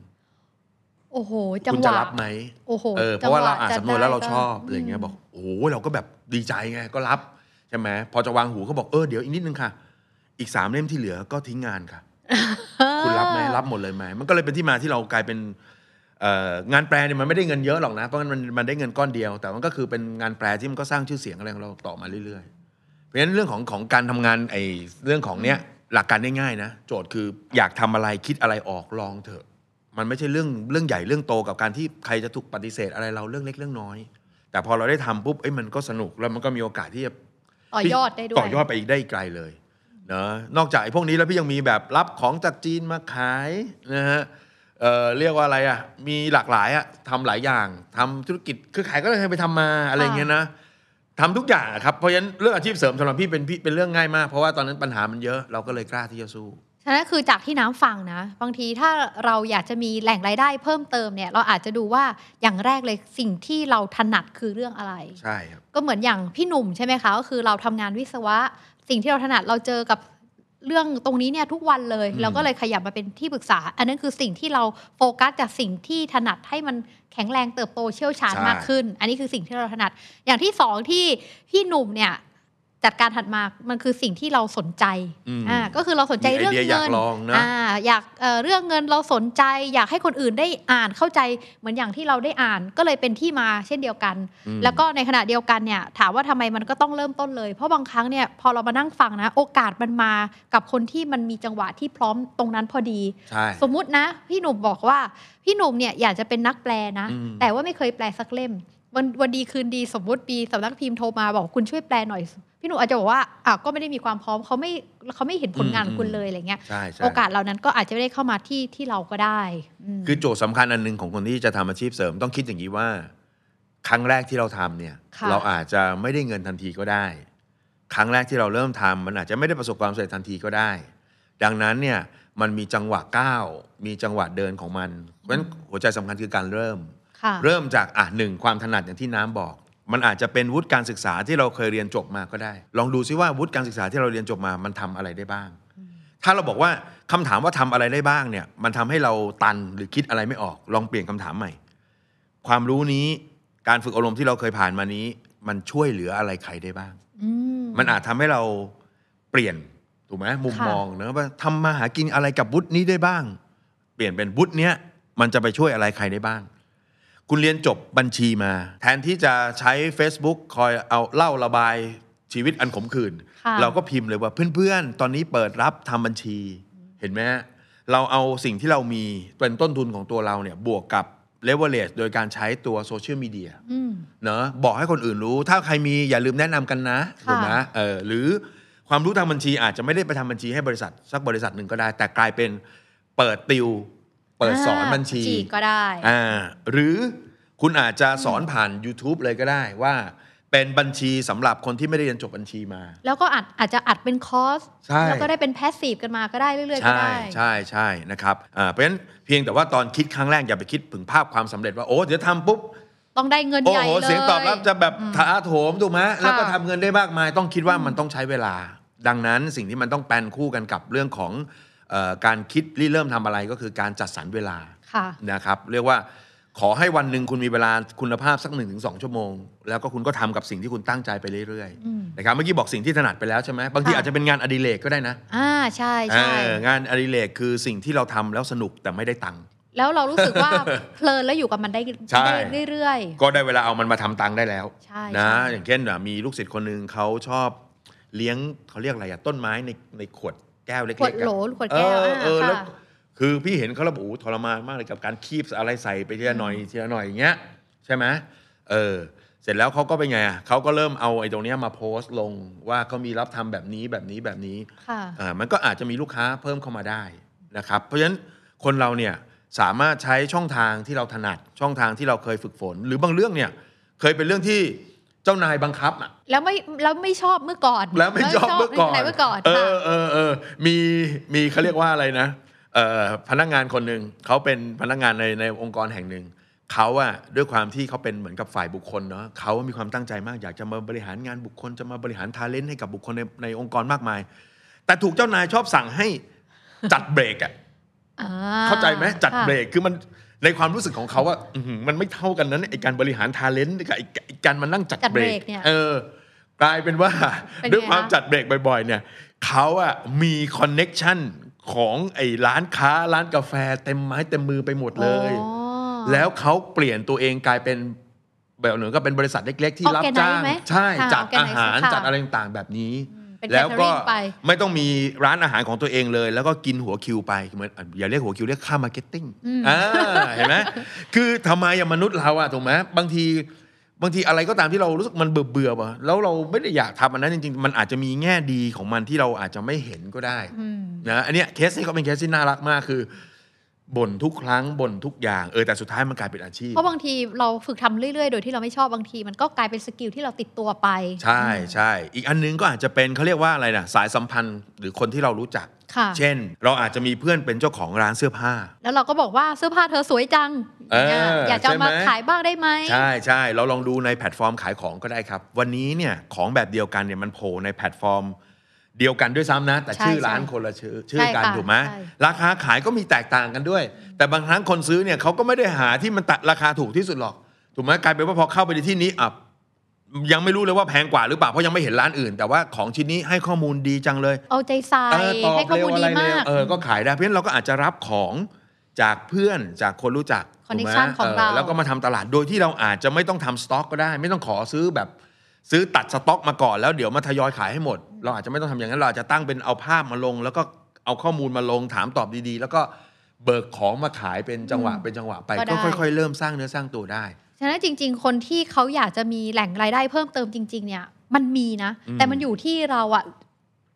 Speaker 2: โอ้โห จัง
Speaker 3: คุณ
Speaker 2: ห
Speaker 3: จะ
Speaker 2: วะ
Speaker 3: รับไหม
Speaker 2: โอ้โห
Speaker 3: เออ เพราะว่าเรา
Speaker 2: จังห
Speaker 3: อ่านสำนวนแล้วเราชอบ
Speaker 2: จได้
Speaker 3: อะไรอย่างเงี้ย
Speaker 2: ม
Speaker 3: บอก โอ้โห เราก็แบบดีใจไง ก็รับ ใช่ไหม พอจะวางหูเขาบอก เออ เดี๋ยวอีกนิดนึงค่ะ อีกสามเล่มที่เหลือก็ทิ้งงานค่ะ คุณรับไหมรับหมดเลยไหมมันก็เลยเป็นที่มาที่เรากลายเป็นเอ่องานแปลเนี่ยมันไม่ได้เงินเยอะหรอกนะเพราะงั้นมันมันได้เงินก้อนเดียว แต่มันก็คือเป็นงานแปลที่มันก็สร้างชื่อเสียงอะไรของเราต่อมาเรื่อยๆเพราะฉะนั้นเรื่องของของการทำงานไอ้เรื่องของเนี้ยหลักการง่ายๆนะโจทย์คืออยากทำอะไรคิดอะไรออกลองเถอะ มันไม่ใช่เรื่องเรื่องใหญ่เรื่องโตกับการที่ใครจะถูกปฏิเสธอะไรเราเรื่องเล็กเรื่องน้อย แต่พอเราได้ทำปุ๊บเอ้ยมันก็สนุกแล้วมันก็มีโอกาสที่จะ
Speaker 2: ต่อยอดได้ด้วย
Speaker 3: ต่อยอดไปอีกได้อีกไกลเลย เนอะนอกจากไอ้พวกนี้แล้วพี่ยังมีแบบรับของจากจีนมาขายนะฮะเอ่อเรียกว่าอะไรอ่ะ มีหลากหลายอ่ะทำหลายอย่างทำธุรกิจคือขายก็เลยไปทำมาอะไรอย่างเงี้ยนะทำทุกอย่างอะครับเพราะฉะนั้นเรื่องอาชีพเสริมสำหรับพี่เป็นพี่เป็นเรื่องง่ายมากเพราะว่าตอนนั้นปัญหามันเยอะเราก็เลยกล้าที่จะสู้
Speaker 2: ฉะนั้นคือจากที่น้ำฟังนะ บางทีถ้าเราอยากจะมีแหล่งรายได้เพิ่มเติมเนี่ย เราอาจจะดูว่าอย่างแรกเลยสิ่งที่เราถนัดคือเรื่องอะไร
Speaker 3: ใช่ครับ
Speaker 2: ก็เหมือนอย่างพี่หนุ่มใช่ไหมคะก็คือเราทำงานวิศวะ สิ่งที่เราถนัดเราเจอกับเรื่องตรงนี้เนี่ยทุกวันเลย
Speaker 3: อืม
Speaker 2: เราก็เลยขยับมาเป็นที่ปรึกษา อันนั้นคือสิ่งที่เราโฟกัสจากสิ่งที่ถนัดให้มันแข็งแรงเติบโตเชี่ยวชาญมากขึ้น อันนี้คือสิ่งที่เราถนัด อย่างที่สองที่พี่หนุ่มเนี่ยจัดการถัดมามันคือสิ่งที่เราสนใจ
Speaker 3: อืม
Speaker 2: อ่าก็คือเราสนใจเรื่อง
Speaker 3: มีไอเดีย
Speaker 2: เงิน
Speaker 3: อยากลองนะ
Speaker 2: าอยากเอ่อเรื่องเงินเราสนใจ อยากให้คนอื่นได้อ่านเข้าใจเหมือนอย่างที่เราได้อ่าน ก็เลยเป็นที่มาเช่นเดียวกัน
Speaker 3: อืม
Speaker 2: แล้วก็ในขณะเดียวกันเนี่ยถามว่าทำไมมันก็ต้องเริ่มต้นเลย เพราะบางครั้งเนี่ยพอเรามานั่งฟังนะ โอกาสมันมากับคนที่มันมีจังหวะที่พร้อมตรงนั้นพอดี
Speaker 3: ใช่
Speaker 2: สมมุตินะ พี่หนุ่มบอกว่า พี่หนุ่มเนี่ยอยากจะเป็นนักแปลนะ
Speaker 3: อืม
Speaker 2: แต่ว่าไม่เคยแปลสักเล่ม วันวันดีคืนดีสมมติปีสำนักพิมพ์โทรมาบอกคุณช่วยแปลหน่อย พี่หนุ่มอาจจะบอกว่าอ่ะก็ไม่ได้มีความพร้อมเขาไม่เขาไม่เห็นผลงานของคุณเลยอะไรเงี้ย
Speaker 3: ใช่ใช่
Speaker 2: โอกาสเหล่านั้นก็อาจจะไม่ได้เข้ามาที่ที่เราก็ได้อืม
Speaker 3: คือโจทย์สำคัญอันหนึ่งของคนที่จะทำอาชีพเสริมต้องคิดอย่างนี้ว่า ครั้งแรกที่เราทำเนี่ย
Speaker 2: ะ
Speaker 3: เราอาจจะไม่ได้เงินทันทีก็ได้ ครั้งแรกที่เราเริ่มทำมันอาจจะไม่ได้ประสบความสำเร็จทันทีก็ได้ ดังนั้นเนี่ยมันมีจังหวะก้าวมีจังหวะเดินของมันเพราะฉะนั้นหัวใจสำคัญคือการเริ่ม
Speaker 2: ค่ะ
Speaker 3: เริ่มจากอ่ะหนึ่งความถนัดอย่างที่น้ำบอก มันอาจจะเป็นวุฒิการศึกษาที่เราเคยเรียนจบมาก็ได้ ลองดูซิว่าวุฒิการศึกษาที่เราเรียนจบมามันทำอะไรได้บ้าง ถ้าเราบอกว่าคำถามว่าทำอะไรได้บ้างเนี่ย มันทำให้เราตันหรือคิดอะไรไม่ออก ลองเปลี่ยนคำถามใหม่ ความรู้นี้การฝึกอบรมที่เราเคยผ่านมานี้ มันช่วยเหลืออะไรใครได้บ้าง
Speaker 2: อืม
Speaker 3: มันอาจทำให้เราเปลี่ยนถูกไหมมุม
Speaker 2: ค่ะ
Speaker 3: มองนะว่าทำมาหากินอะไรกับวุฒินี้ได้บ้าง เปลี่ยนเป็นวุฒิเนี้ยมันจะไปช่วยอะไรใครได้บ้าง คุณเรียนจบบัญชีมา แทนที่จะใช้ Facebook คอยเอาเล่าระบายชีวิตอันขมขื่น
Speaker 2: ค่ะ
Speaker 3: เราก็พิมพ์เลยว่าเพื่อนๆ ตอนนี้เปิดรับทำบัญชีเห็นไหมฮะเราเอาสิ่งที่เรามีเป็นต้นทุนของตัวเราเนี่ยบวกกับเลเว r เ g e โดยการใช้ตัวโซเชียลมีเดีย
Speaker 2: อืม
Speaker 3: เนอะบอกให้คนอื่นรู้ ถ้าใครมีอย่าลืมแนะนำกันนะ
Speaker 2: ค่ะ
Speaker 3: ถูกไหมเออหรือความรู้ทางบัญชีอาจจะไม่ได้ไปทำบัญชีให้บริษัท สักบริษัทหนึ่งก็ได้ แต่กลายเป็นเปิดติว เปิดสอนบัญชี
Speaker 2: ก็ได้
Speaker 3: อ่าหรือคุณอาจจะสอนผ่าน YouTube เลยก็ได้ว่า เป็นบัญชีสำหรับคนที่ไม่ได้เรียนจบบัญชีมา
Speaker 2: แล้วก็อาจอาจจะอัดเป็นคอร์ส
Speaker 3: ใช่
Speaker 2: แล้วก็ได้เป็นแพสซีฟกันมาก็ได้เรื่อยๆก็
Speaker 3: ใช่
Speaker 2: ได้
Speaker 3: ใช่ใช่นะครับอ่าเพราะฉะนั้นเพียงแต่ว่าตอนคิดครั้งแรกอย่าไปคิดถึงภาพความสำเร็จว่าโอ้เดี๋ยวทำปุ๊บ
Speaker 2: ต้องได้เงิน
Speaker 3: โอ้
Speaker 2: ใหญ่
Speaker 3: โห
Speaker 2: เลย
Speaker 3: เสียงตอบรับจะแบบ
Speaker 2: อืม
Speaker 3: ถาโถมถูกไหมแล้วก็
Speaker 2: ค่ะ
Speaker 3: ทำเงินได้มากมาย ต้องคิดว่ามันต้องใช้เวลา ดังนั้นสิ่งที่มันต้องแปนคู่กันกับเรื่องของเออการคิดริเริ่มทำอะไรก็คือการจัดสรรเวลา
Speaker 2: ค่ะ
Speaker 3: นะครับ เรียกว่าขอให้วันหนึ่งคุณมีเวลาคุณภาพสัก1นถึงสชั่วโมง แล้วก็คุณก็ทำกับสิ่งที่คุณตั้งใจไปเรื่อย
Speaker 2: อืม
Speaker 3: ๆนะครับเมื่อกี้บอกสิ่งที่ถนัดไปแล้วใช่ไหมบางที
Speaker 2: ค่ะ
Speaker 3: อาจจะเป็นงานอดิเรกก็ได้นะ
Speaker 2: อ่าใช่ใช่
Speaker 3: เอองานอดิเรกคือสิ่งที่เราทำแล้วสนุกแต่ไม่ได้ตังค์
Speaker 2: แล้วเรารู้สึกว่า เพลินแล้วอยู่กับมันได้
Speaker 3: ใช่
Speaker 2: ได้เรื่อย
Speaker 3: ก็ได้เวลาเอามันมาทำตังค์ได้แล้ว
Speaker 2: ๆ ใช่
Speaker 3: นะ
Speaker 2: ใช่
Speaker 3: อย่างเช่นอ่ะมีลูกศิษย์คนหนึ่งเขาชอบเลี้ยงเขาเรียกอะไรอะต้นไม้ในในขวดแก้วเล็ก
Speaker 2: ข
Speaker 3: ๆ
Speaker 2: วด
Speaker 3: อะ
Speaker 2: โหลขวด
Speaker 3: เอ
Speaker 2: แก้ว
Speaker 3: อ
Speaker 2: อ่า
Speaker 3: เออแล้ว
Speaker 2: ค่ะ
Speaker 3: คือพี่เห็นเขาระบุทรมานมากเลยกับการคีบอะไรใส่ไปทีละหน่อยทีละหน่อยอย่างเงี้ยใช่ไหมเออ เสร็จแล้วเขาก็เป็นไงอะเขาก็เริ่มเอาไอ้ตรงเนี้ยมาโพสต์ลงว่าเขามีรับทำแบบนี้แบบนี้แบบนี้
Speaker 2: ค่ะ
Speaker 3: อ่ามันก็อาจจะมีลูกค้าเพิ่มเข้ามาได้นะครับ เพราะฉะนั้นคนเราเนี่ยสามารถใช้ช่องทางที่เราถนัดช่องทางที่เราเคยฝึกฝน หรือบางเรื่องเนี่ยเคยเป็นเรื่องที่เจ้านายบังคับอะ
Speaker 2: แล้วไม่แล้วไม่ชอบเมื่อก่อน
Speaker 3: แล้วไม่ชอบเมื่อก่อน
Speaker 2: ไม่ชบเมื่อก่อน
Speaker 3: เอ
Speaker 2: ค่ะ
Speaker 3: อเออเออมีมีเขาเรียกว่าอะไรนะเอ่อพนักงานคนหนึ่งเขาเป็นพนักงานในในองค์กรแห่งหนึ่งเขาอะด้วยความที่เขาเป็นเหมือนกับฝ่ายบุคคลเนาะเขามีความตั้งใจมากอยากจะมาบริหารงานบุคคลจะมาบริหารทาเลนต์ให้กับบุคคลในในองค์กรมากมาย แต่ถูกเจ้านายชอบสั่งให้จัดเบรกอะ
Speaker 2: อ่
Speaker 3: เข้าใจไหมจัด
Speaker 2: ค่ะ
Speaker 3: เบรกคือมันในความรู้สึกของเขาว่าอื้อหือมันไม่เท่ากันนะเนี่ยไอการบริหารทาเลนต์กับไอ้ไอการมานั่งจัด
Speaker 2: จัด
Speaker 3: เบ
Speaker 2: เบ
Speaker 3: ร
Speaker 2: ร
Speaker 3: ก
Speaker 2: กเนี่ย
Speaker 3: เออ กลายเป็นว่า
Speaker 2: เป็นไง
Speaker 3: ด้วยความ
Speaker 2: คะ
Speaker 3: จัดเบรกบ่อย ๆ เนี่ยเขาอะมีคอนเน็กชันของไอ้ร้านค้าร้านกาแฟเต็มไม้เต็มมือไปหมดเลย
Speaker 2: อ๋อ
Speaker 3: แล้วเขาเปลี่ยนตัวเองกลายเป็นแบบเหนือก็เป็นบริษัทเล็ก ๆ ที่รับ
Speaker 2: Organize
Speaker 3: จ้าง
Speaker 2: ไหม
Speaker 3: ใช่
Speaker 2: ค่ะ
Speaker 3: จัด
Speaker 2: Organize
Speaker 3: อาหาร
Speaker 2: ค่ะ
Speaker 3: จัดอะไรต่างๆแบบนี้
Speaker 2: เป็น
Speaker 3: แล้วก็
Speaker 2: catering ไป
Speaker 3: ไม่ต้องมีร้านอาหารของตัวเองเลย แล้วก็กินหัวคิวไปเหมือนอ่ะอย่าเรียกหัวคิวเรียกค่ามาร์เก็ตติ้ง
Speaker 2: อืม
Speaker 3: อ่าเห็นไหมคือทำไมอะมนุษย์เราอะถูกไหมบางที บางทีอะไรก็ตามที่เรารู้สึกมันเบื่อเบื่อๆว่ะแล้วเราไม่ได้อยากทำอันนั้นจริงๆ มันอาจจะมีแง่ดีของมันที่เราอาจจะไม่เห็นก็ได้
Speaker 2: อืม
Speaker 3: นะอันเนี้ยเคสนี้ก็เป็นเคสที่น่ารักมากคือบ่นทุกครั้งบ่นทุกอย่างเออแต่สุดท้ายมันกลายเป็นอาชีพ
Speaker 2: เพราะบางทีเราฝึกทำเรื่อยๆ โดยที่เราไม่ชอบบางทีมันก็กลายเป็นสกิลที่เราติดตัวไป
Speaker 3: ใช่ใช่อีกอันนึงก็อาจจะเป็นเขาเรียกว่าอะไรนะสายสัมพันธ์หรือคนที่เรารู้จัก
Speaker 2: ค่ะ
Speaker 3: เช่น เราอาจจะมีเพื่อนเป็นเจ้าของร้านเสื้อผ้า
Speaker 2: แล้วเราก็บอกว่าเสื้อผ้าเธอสวยจัง
Speaker 3: เออ
Speaker 2: เนี่ยอยากจะเอามา
Speaker 3: ใช่ไหม
Speaker 2: ขายบ้างได้ไหม
Speaker 3: ใช่ใช่เราลองดูในแพลตฟอร์มขายของก็ได้ครับ วันนี้เนี่ยของแบบเดียวกันเนี่ยมันโผล่ในแพลตฟอร์ม เดียวกันด้วยซ้ำนะ แต่
Speaker 2: ใช่
Speaker 3: ชื่อ
Speaker 2: ใช่
Speaker 3: ร้านคนละชื่อชื่อกัน
Speaker 2: ใช่ค่ะ
Speaker 3: ถูกไหม
Speaker 2: ใช่
Speaker 3: ราคาขายก็มีแตกต่างกันด้วย แต่บางครั้งคนซื้อเนี่ยเขาก็ไม่ได้หาที่มันตัดราคาถูกที่สุดหรอก ถูกไหมกลายเป็นว่าพอเข้าไปในที่นี้อ่ะยังไม่รู้เลยว่าแพงกว่าหรือเปล่าเพราะยังไม่เห็นร้านอื่น แต่ว่าของชิ้นนี้ให้ข้อมูลดีจังเลย
Speaker 2: เอาใจใส่
Speaker 3: เออตอบ
Speaker 2: ให้ข้อ
Speaker 3: เร็ว
Speaker 2: มูล
Speaker 3: อะ
Speaker 2: ดี
Speaker 3: ไรเร็
Speaker 2: มาว ก
Speaker 3: เออก็ขายได้เพราะฉะนั้นเราก็อาจจะรับของจากเพื่อนจากคนรู้จักถูกไหม
Speaker 2: Connection ของเรา
Speaker 3: แล้วก็มาทำตลาดโดยที่เราอาจจะไม่ต้องทำสต็อกก็ได้ ไม่ต้องขอซื้อแบบซื้อตัดสต็อกมาก่อนแล้วเดี๋ยวมาทยอยขายให้หมด เราอาจจะไม่ต้องทำอย่างนั้นเราอาจจะตั้งเป็นเอาภาพมาลง แล้วก็เอาข้อมูลมาลงถามตอบดีๆ แล้วก็เบิกของมาขายเป็นจังหวะเป็นจังหวะไป
Speaker 2: ก็ได้
Speaker 3: ก็ค่อย ๆ เริ่มสร้างเนื้อสร้างตัวได้
Speaker 2: ฉะนั้นจริง ๆ คนที่เขาอยากจะมีแหล่งรายได้เพิ่มเติมจริง ๆ เนี่ย มันมีนะ
Speaker 3: อืม
Speaker 2: แต่มันอยู่ที่เราอะ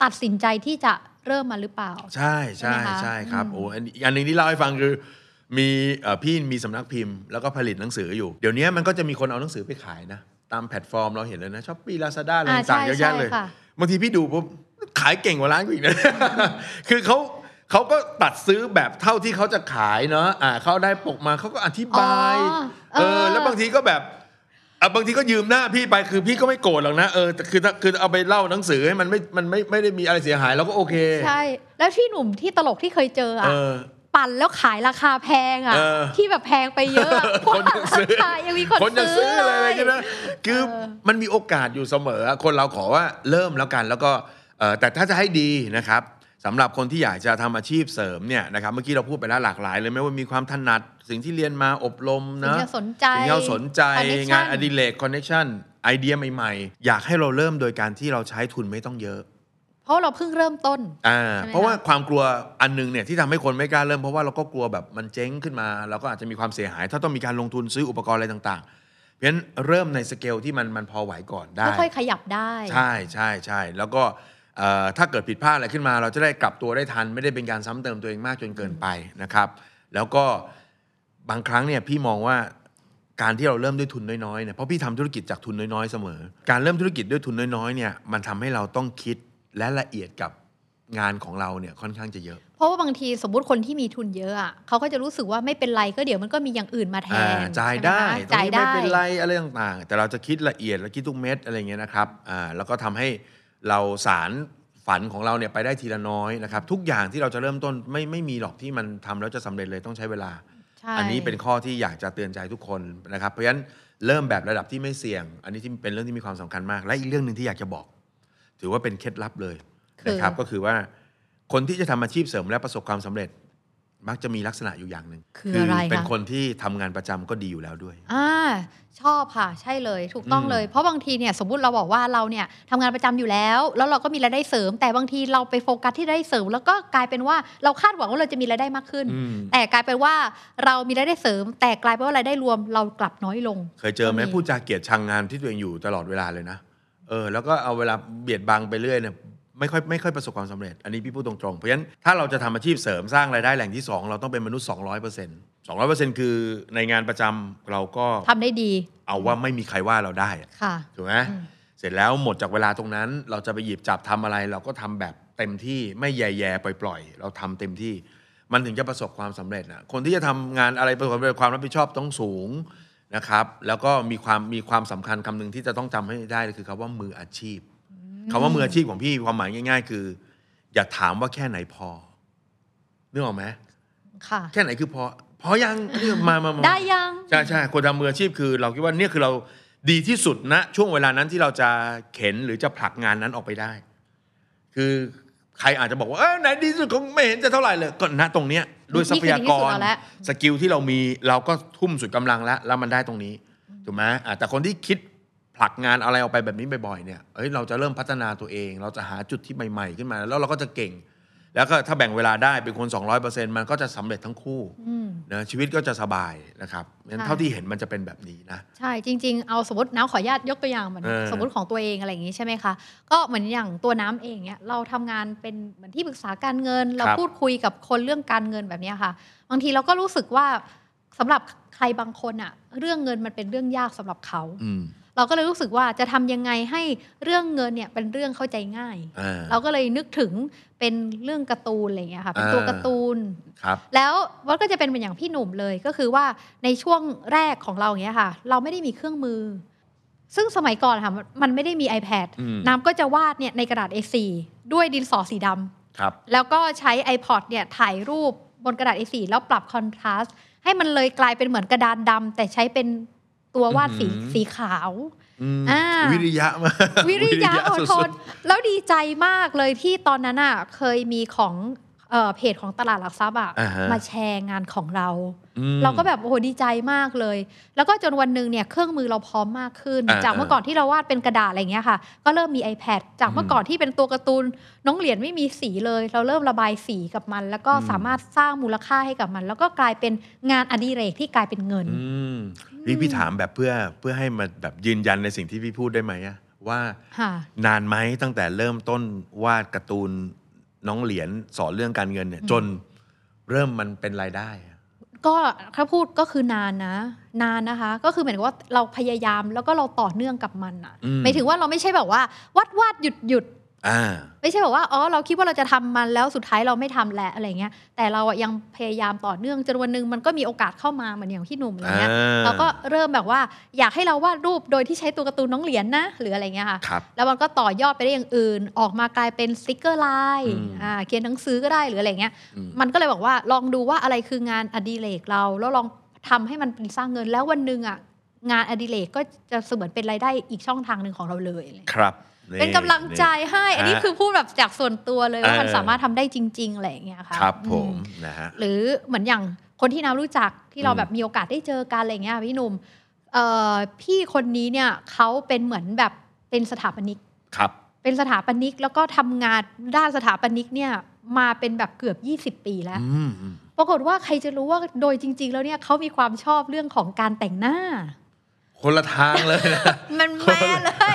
Speaker 2: ตัดสินใจที่จะเริ่มมันหรือเปล่า
Speaker 3: ใช่ใช่
Speaker 2: ใช่ไหมคะ
Speaker 3: ใช่ครับ
Speaker 2: อืม
Speaker 3: โอ้อันอีกอันหนึ่งที่เล่าให้ฟังคือมีเอ่อพี่มีสำนักพิมพ์แล้วก็ผลิตหนังสืออยู่ เดี๋ยวนี้มันก็จะมีคนเอาหนังสือไปขายนะ ตามแพลตฟอร์มเราเห็นเลยนะช้อปปี้ลาซาด้าอะไร
Speaker 2: อ่า
Speaker 3: ต่า
Speaker 2: ใช่
Speaker 3: งๆเยอะ
Speaker 2: ใช่
Speaker 3: แยะเลย
Speaker 2: ค่ะ
Speaker 3: บางทีพี่ดูปุ๊บขายเก่งกว่าร้านกูอีกนะ [laughs] คือเขาเขาก็ตัดซื้อแบบเท่าที่เขาจะขายเนาะอ่าเขาได้ปกมาเขาก็อธิบาย
Speaker 2: อ๋อ
Speaker 3: เอ
Speaker 2: เอ
Speaker 3: อ
Speaker 2: อ
Speaker 3: แล้วบางทีก็แบบอ่ะบางทีก็ยืมหน้าพี่ไปคือพี่ก็ไม่โกรธหรอกนะเออแต่คือถ้าคือเอาไปเล่าหนังสือให้มันไม่มันไม่ไม่ได้มีอะไรเสียหายเราก็โอเค
Speaker 2: ใช่ แล้วที่หนุ่มที่ตลกที่เคยเจอ
Speaker 3: เอ
Speaker 2: อะ
Speaker 3: อ
Speaker 2: ปั่นแล้วขายราคาแพงอะ
Speaker 3: เออ
Speaker 2: ที่แบบแพงไปเยอะอะเพราะ
Speaker 3: [laughs] คนยังซื้อ
Speaker 2: ราคายังมีคน
Speaker 3: คนยังซื้
Speaker 2: ซื้อ
Speaker 3: ออะไร
Speaker 2: เล
Speaker 3: เลย ยนะคือ
Speaker 2: เออ
Speaker 3: มันมีโอกาสอยู่เสมอ คนเราขอว่าเริ่มแล้วกันแล้วก็เอ่อแต่ถ้าจะให้ดีนะครับสำหรับคนที่อยากจะทำอาชีพเสริมเนี่ยนะครับเมื่อกี้เราพูดไปแล้วหลากหลายเลยไม่ว่ามีความถนัดสิ่งที่เรียนมาอบรม
Speaker 2: ถึง
Speaker 3: นะ
Speaker 2: จะสนใจ
Speaker 3: สิ่งที่เราสนใจ
Speaker 2: connection
Speaker 3: งานอดิเรกคอนเน c t ชันไอเดียใหม่ๆ อยากให้เราเริ่มโดยการที่เราใช้ทุนไม่ต้องเยอะ
Speaker 2: เพราะเราเพิ่งเริ่มต้น
Speaker 3: อ่า
Speaker 2: ใช่ไหม
Speaker 3: เพราะว่า
Speaker 2: คะ
Speaker 3: ความกลัวอันหนึงเนี่ยที่ทำให้คนไม่กล้าเริ่มเพราะว่าเราก็กลัวแบบมันเจ๊งขึ้นมา เราก็อาจจะมีความเสียหาย ถ้าต้องมีการลงทุนซื้ออุปกรณ์อะไรต่างๆ เพราะฉะนั้นเริ่มในสเกลที่มันมันพอไหวก่อนได้
Speaker 2: ค่อยๆขยับได้
Speaker 3: ใช่ใช่ใช่แล้วก็เอ่อถ้าเกิดผิดพลาดอะไรขึ้นมา เราจะได้กลับตัวได้ทัน ไม่ได้เป็นการซ้ำเติมตัวเองมากจนเกินไปนะครับ แล้วก็บางครั้งเนี่ยพี่มองว่าการที่เราเริ่มด้วยทุนน้อยๆเนี่ยเพราะพี่ทำธุรกิจจากทุนน้อยๆเสมอ การเริ่มธุรกิจด้วยทุนน้อยๆเนี่ยมันทำให้เราต้องคิดและละเอียดกับงานของเราเนี่ยค่อนข้างจะเยอะ
Speaker 2: เพราะว่าบางทีสมมติคนที่มีทุนเยอะอะเขาก็จะรู้สึกว่าไม่เป็นไรก็เดี๋ยวมันก็มีอย่างอื่นมาแท
Speaker 3: อ่าน จ่าย
Speaker 2: ใช่หมคะ
Speaker 3: ได้ตรง
Speaker 2: จ่าย
Speaker 3: นี้
Speaker 2: ได้
Speaker 3: ไม่เป็นไรอะไรต่างๆ แต่เราจะคิดละเอียดและคิดทุกเม็ดอะไรเงี้ยนะครับอ่าแล้วก็ทำให้เราสารฝันของเราเนี่ยไปได้ทีละน้อยนะครับทุกอย่างที่เราจะเริ่มต้นไม่ไม่มีหรอกที่มันทำแล้วจะสำเร็จเลยต้องใช้เวลา
Speaker 2: ใช่
Speaker 3: อันนี้เป็นข้อที่อยากจะเตือนใจทุกคนนะครับเพราะฉะนั้นเริ่มแบบระดับที่ไม่เสี่ยง อันนี้ที่เป็นเรื่องที่มีความสำคัญมาก และอีกเรื่องหนึ่งที่อยากจะบอก ถือว่าเป็นเคล็ดลับเลยนะครับก็คือว่าคนที่จะทำอาชีพเสริมและประสบความสำเร็จ มักจะมีลักษณะอยู่อย่างหนึ่ง
Speaker 2: คืออะไร
Speaker 3: เป็น
Speaker 2: คะ
Speaker 3: คนที่ทำงานประจำก็ดีอยู่แล้วด้วย
Speaker 2: อ่าชอบค่ะ ใช่เลยถูกต้อง
Speaker 3: อืม
Speaker 2: เลย เพราะบางทีเนี่ยสมมติเราบอกว่าเราเนี่ยทำงานประจำอยู่แล้ว แล้วเราก็มีรายได้เสริม แต่บางทีเราไปโฟกัสที่รายได้เสริม แล้วก็กลายเป็นว่าเราคาดหวังว่าเราจะมีรายได้มากขึ้น
Speaker 3: อืม
Speaker 2: แต่กลายเป็นว่าเรามีรายได้เสริม แต่กลายเป็นว่ารายได้รวมเรากลับน้อยลง
Speaker 3: เคยเจอไหม
Speaker 2: ก็มี
Speaker 3: ผู้จาเกลียดชังงานที่ตัวเองอยู่ตลอดเวลาเลยนะเออแล้วก็เอาเวลาเบียดบังไปเรื่อยเนี่ยไม่ค่อยไม่ค่อยประสบความสำเร็จ อันนี้พี่พูดตรงๆ เพราะฉะนั้นถ้าเราจะทำอาชีพเสริมสร้างรายได้แหล่งที่ 2 เราต้องเป็นมนุษย์ 200% 200%คือในงานประจำเราก็
Speaker 2: ทำได้ดี
Speaker 3: เอาว่าไม่มีใครว่าเราได้อะ
Speaker 2: ค่ะ
Speaker 3: ถูกไหม
Speaker 2: อืม
Speaker 3: เสร็จแล้วหมดจากเวลาตรงนั้น เราจะไปหยิบจับทำอะไร เราก็ทำแบบเต็มที่ไม่แย่ๆปล่อยๆเราทำเต็มที่ มันถึงจะประสบความสำเร็จนะคนที่จะทำงานอะไรประสบความสำเร็จความรับผิดชอบต้องสูงนะครับ แล้วก็มีความมีความสำคัญคำหนึ่งที่จะต้องจำให้ได้เลยคือคำว่ามืออาชีพคำว่ามืออาชีพของพี่ความหมายง่าย ๆ คือ อย่าถามว่าแค่ไหนพอนึกออกไหม
Speaker 2: ค่ะ
Speaker 3: แค่ไหนคือพอ พอยังเนี่ยมามามา
Speaker 2: ได้ยัง
Speaker 3: ใช่ใช่คนทำมืออาชีพคือ เราคิดว่าเนี่ยคือเราดีที่สุดนะ ช่วงเวลานั้นที่เราจะเข็นหรือจะผลักงานนั้นออกไปได้ คือใครอาจจะบอกว่าเอยไหนดีที่สุดก็ไม่เห็นจะเท่าไหร่เลยก็ณตรงเนี้ยด้วยทรัพยา
Speaker 2: นี่
Speaker 3: กร
Speaker 2: คือดีที่สุดแล้วแหละ
Speaker 3: สกิลที่เรามีเราก็ทุ่มสุดกำลังแล้ว แล้วมันได้ตรงนี้ถูกไหมอ่ะแต่คนที่คิดผลักงานอะไรออกไปแบบนี้บ่อยๆเนี่ยเอ้ยเราจะเริ่มพัฒนาตัวเอง เราจะหาจุดที่ใหม่ ๆ ขึ้นมา แล้วเราก็จะเก่ง แล้วก็ถ้าแบ่งเวลาได้เป็นคน 200%มันก็จะสำเร็จทั้งคู่
Speaker 2: อืม
Speaker 3: นะชีวิตก็จะสบายนะครับงั้น
Speaker 2: ค่ะ
Speaker 3: เท่าที่เห็นมันจะเป็นแบบนี้นะ
Speaker 2: ใช่จริง ๆ เอาสมมติน้ำขออนุญาตยกตัวอย่างเหมือน
Speaker 3: เออ
Speaker 2: สมมติของตัวเองอะไรอย่างนี้ใช่ไหมคะ ก็เหมือนอย่างตัวน้ำเองเนี่ยเราทำงานเป็นเหมือนที่ปรึกษาการเงิน เรา
Speaker 3: ครับ
Speaker 2: พูดคุยกับคนเรื่องการเงินแบบเนี้ยค่ะ บางทีเราก็รู้สึกว่าสำหรับใครบางคนอะเรื่องเงินมันเป็นเรื่องยากสำหรับเขา
Speaker 3: อืม
Speaker 2: เราก็เลยรู้สึกว่าจะทำยังไงให้เรื่องเงินเนี่ยเป็นเรื่องเข้าใจง่าย
Speaker 3: อ่า
Speaker 2: เราก็เลยนึกถึงเป็นเรื่องการ์ตูนอะไรอย่างเงี้ยค่ะเป็นตัว
Speaker 3: อ่า
Speaker 2: การ์ตูน
Speaker 3: ครับ
Speaker 2: แล้ววัดก็จะเป็นเหมือนอย่างพี่หนุ่มเลยก็คือว่าในช่วงแรกของเราอย่างเงี้ยค่ะ เราไม่ได้มีเครื่องมือ ซึ่งสมัยก่อนค่ะมันมันไม่ได้มี iPad
Speaker 3: อืม
Speaker 2: น้ำก็จะวาดเนี่ยในกระดาษ A4 ด้วยดินสอสีดำ
Speaker 3: ครับ
Speaker 2: แล้วก็ใช้ iPod เนี่ยถ่ายรูปบนกระดาษ A4 แล้วปรับคอนทราสต์ให้มันเลยกลายเป็นเหมือนกระดานดำแต่ใช้เป็นตัววาดสี
Speaker 3: อือหือ
Speaker 2: สีขาว
Speaker 3: [laughs] อืม
Speaker 2: อ่า
Speaker 3: วิริยะ [laughs] มาก
Speaker 2: วิริยะอดท
Speaker 3: สุ
Speaker 2: น
Speaker 3: ด
Speaker 2: แล้วดีใจมากเลยที่ตอนนั้นอ่ะเคยมีของเอ่อเพจของตลาดหลักทรัพย์อ่ะ
Speaker 3: อ่าฮะ
Speaker 2: มาแชร์งานของเรา
Speaker 3: ๆอืม
Speaker 2: เราก็แบบโอ้โหดีใจมากเลย แล้วก็จนวันหนึ่งเนี่ยเครื่องมือเราพร้อมมากขึ้น
Speaker 3: อ่า
Speaker 2: จากเมื่อก่อนที่เราวาดเป็นกระดาษอะไรอย่างเงี้ยค่ะ ก็เริ่มมี iPad จากเมื่อก่อนที่เป็นตัวการ์ตูนน้องเหรียญไม่มีสีเลย เราเริ่มระบายสีกับมัน แล้วก็
Speaker 3: อืม
Speaker 2: สามารถสร้างมูลค่าให้กับมัน แล้วก็กลายเป็นงานอดิเรกที่กลายเป็นเงิน
Speaker 3: อืมนี่พี่ถามแบบเพื่อเพื่อให้มันแบบยืนยันในสิ่งที่พี่พูดได้ไหมอะว่า
Speaker 2: ค่ะ
Speaker 3: นานไหมตั้งแต่เริ่มต้นวาดการ์ตูนน้องเหรียญสอนเรื่องการเงินเนี่ย
Speaker 2: อืม
Speaker 3: จนเริ่มมันเป็นรายได้อะ
Speaker 2: ก็ถ้าพูดก็คือนานนะ นานนะคะ ก็คือเหมือนกับว่าเราพยายามแล้วก็เราต่อเนื่องกับมันอะ
Speaker 3: อืม
Speaker 2: หมายถึงว่าเราไม่ใช่แบบว่าวาดวาดหยุดหยุด
Speaker 3: อ่า
Speaker 2: ไม่ใช่แบบว่าอ๋อเราคิดว่าเราจะทำมันแล้วสุดท้ายเราไม่ทำแหละอะไรเงี้ยแต่เราอะยังพยายามต่อเนื่องจนวันหนึ่งมันก็มีโอกาสเข้ามาเหมือนอย่างที่หนุ่มอะไรเงี้ย
Speaker 3: อ่า
Speaker 2: เราก็เริ่มแบบว่าอยากให้เราวาดรูปโดยที่ใช้ตัวการ์ตูนน้องเหรียญนะ หรืออะไรเงี้ยค่ะ
Speaker 3: ครับ
Speaker 2: แล้วมันก็ต่อยอดไปได้อย่างอื่น ออกมากลายเป็นสติกเกอร์ไลน์
Speaker 3: อืม
Speaker 2: อ่าเขียนหนังสือก็ได้หรืออะไรเงี้ย
Speaker 3: อืม
Speaker 2: มันก็เลยบอกว่าลองดูว่าอะไรคืองานอดิเรกเรา แล้วลองทำให้มันเป็นสร้างเงินแล้ววันหนึ่งอ่ะงานอดิเรกก็จะเสมือนเป็นรายได้อีกช่องทางหนึ่งของเราเลยอะไรเงี้ย
Speaker 3: ครับ
Speaker 2: เป็นกำลังใจ
Speaker 3: นี่
Speaker 2: ให้ อันนี้
Speaker 3: อ่ะ
Speaker 2: คือพูดแบบจากส่วนตัวเลยว่า
Speaker 3: เออ
Speaker 2: มันสามารถทำได้จริงๆอะไรอย่างเงี้ยค่ะ
Speaker 3: ครับ
Speaker 2: อื
Speaker 3: ผมนะฮะ
Speaker 2: หรือเหมือนอย่างคนที่น้ารู้จักที่เรา
Speaker 3: อืม
Speaker 2: แบบมีโอกาสได้เจอกันอะไรอย่างเงี้ยพี่หนุ่มเอ่อพี่คนนี้เนี่ยเขาเป็นเหมือนแบบเป็นสถาปนิก
Speaker 3: ครับ
Speaker 2: เป็นสถาปนิกแล้วก็ทำงานด้านสถาปนิกเนี่ยมาเป็นแบบเกือบ 20 ปีแล้ว
Speaker 3: อืมอืม
Speaker 2: ปรากฏว่าใครจะรู้ว่าโดยจริง ๆ แล้วเนี่ยเขามีความชอบเรื่องของการแต่งหน้า
Speaker 3: คนละทางเลยนะ
Speaker 2: มันแม่เลย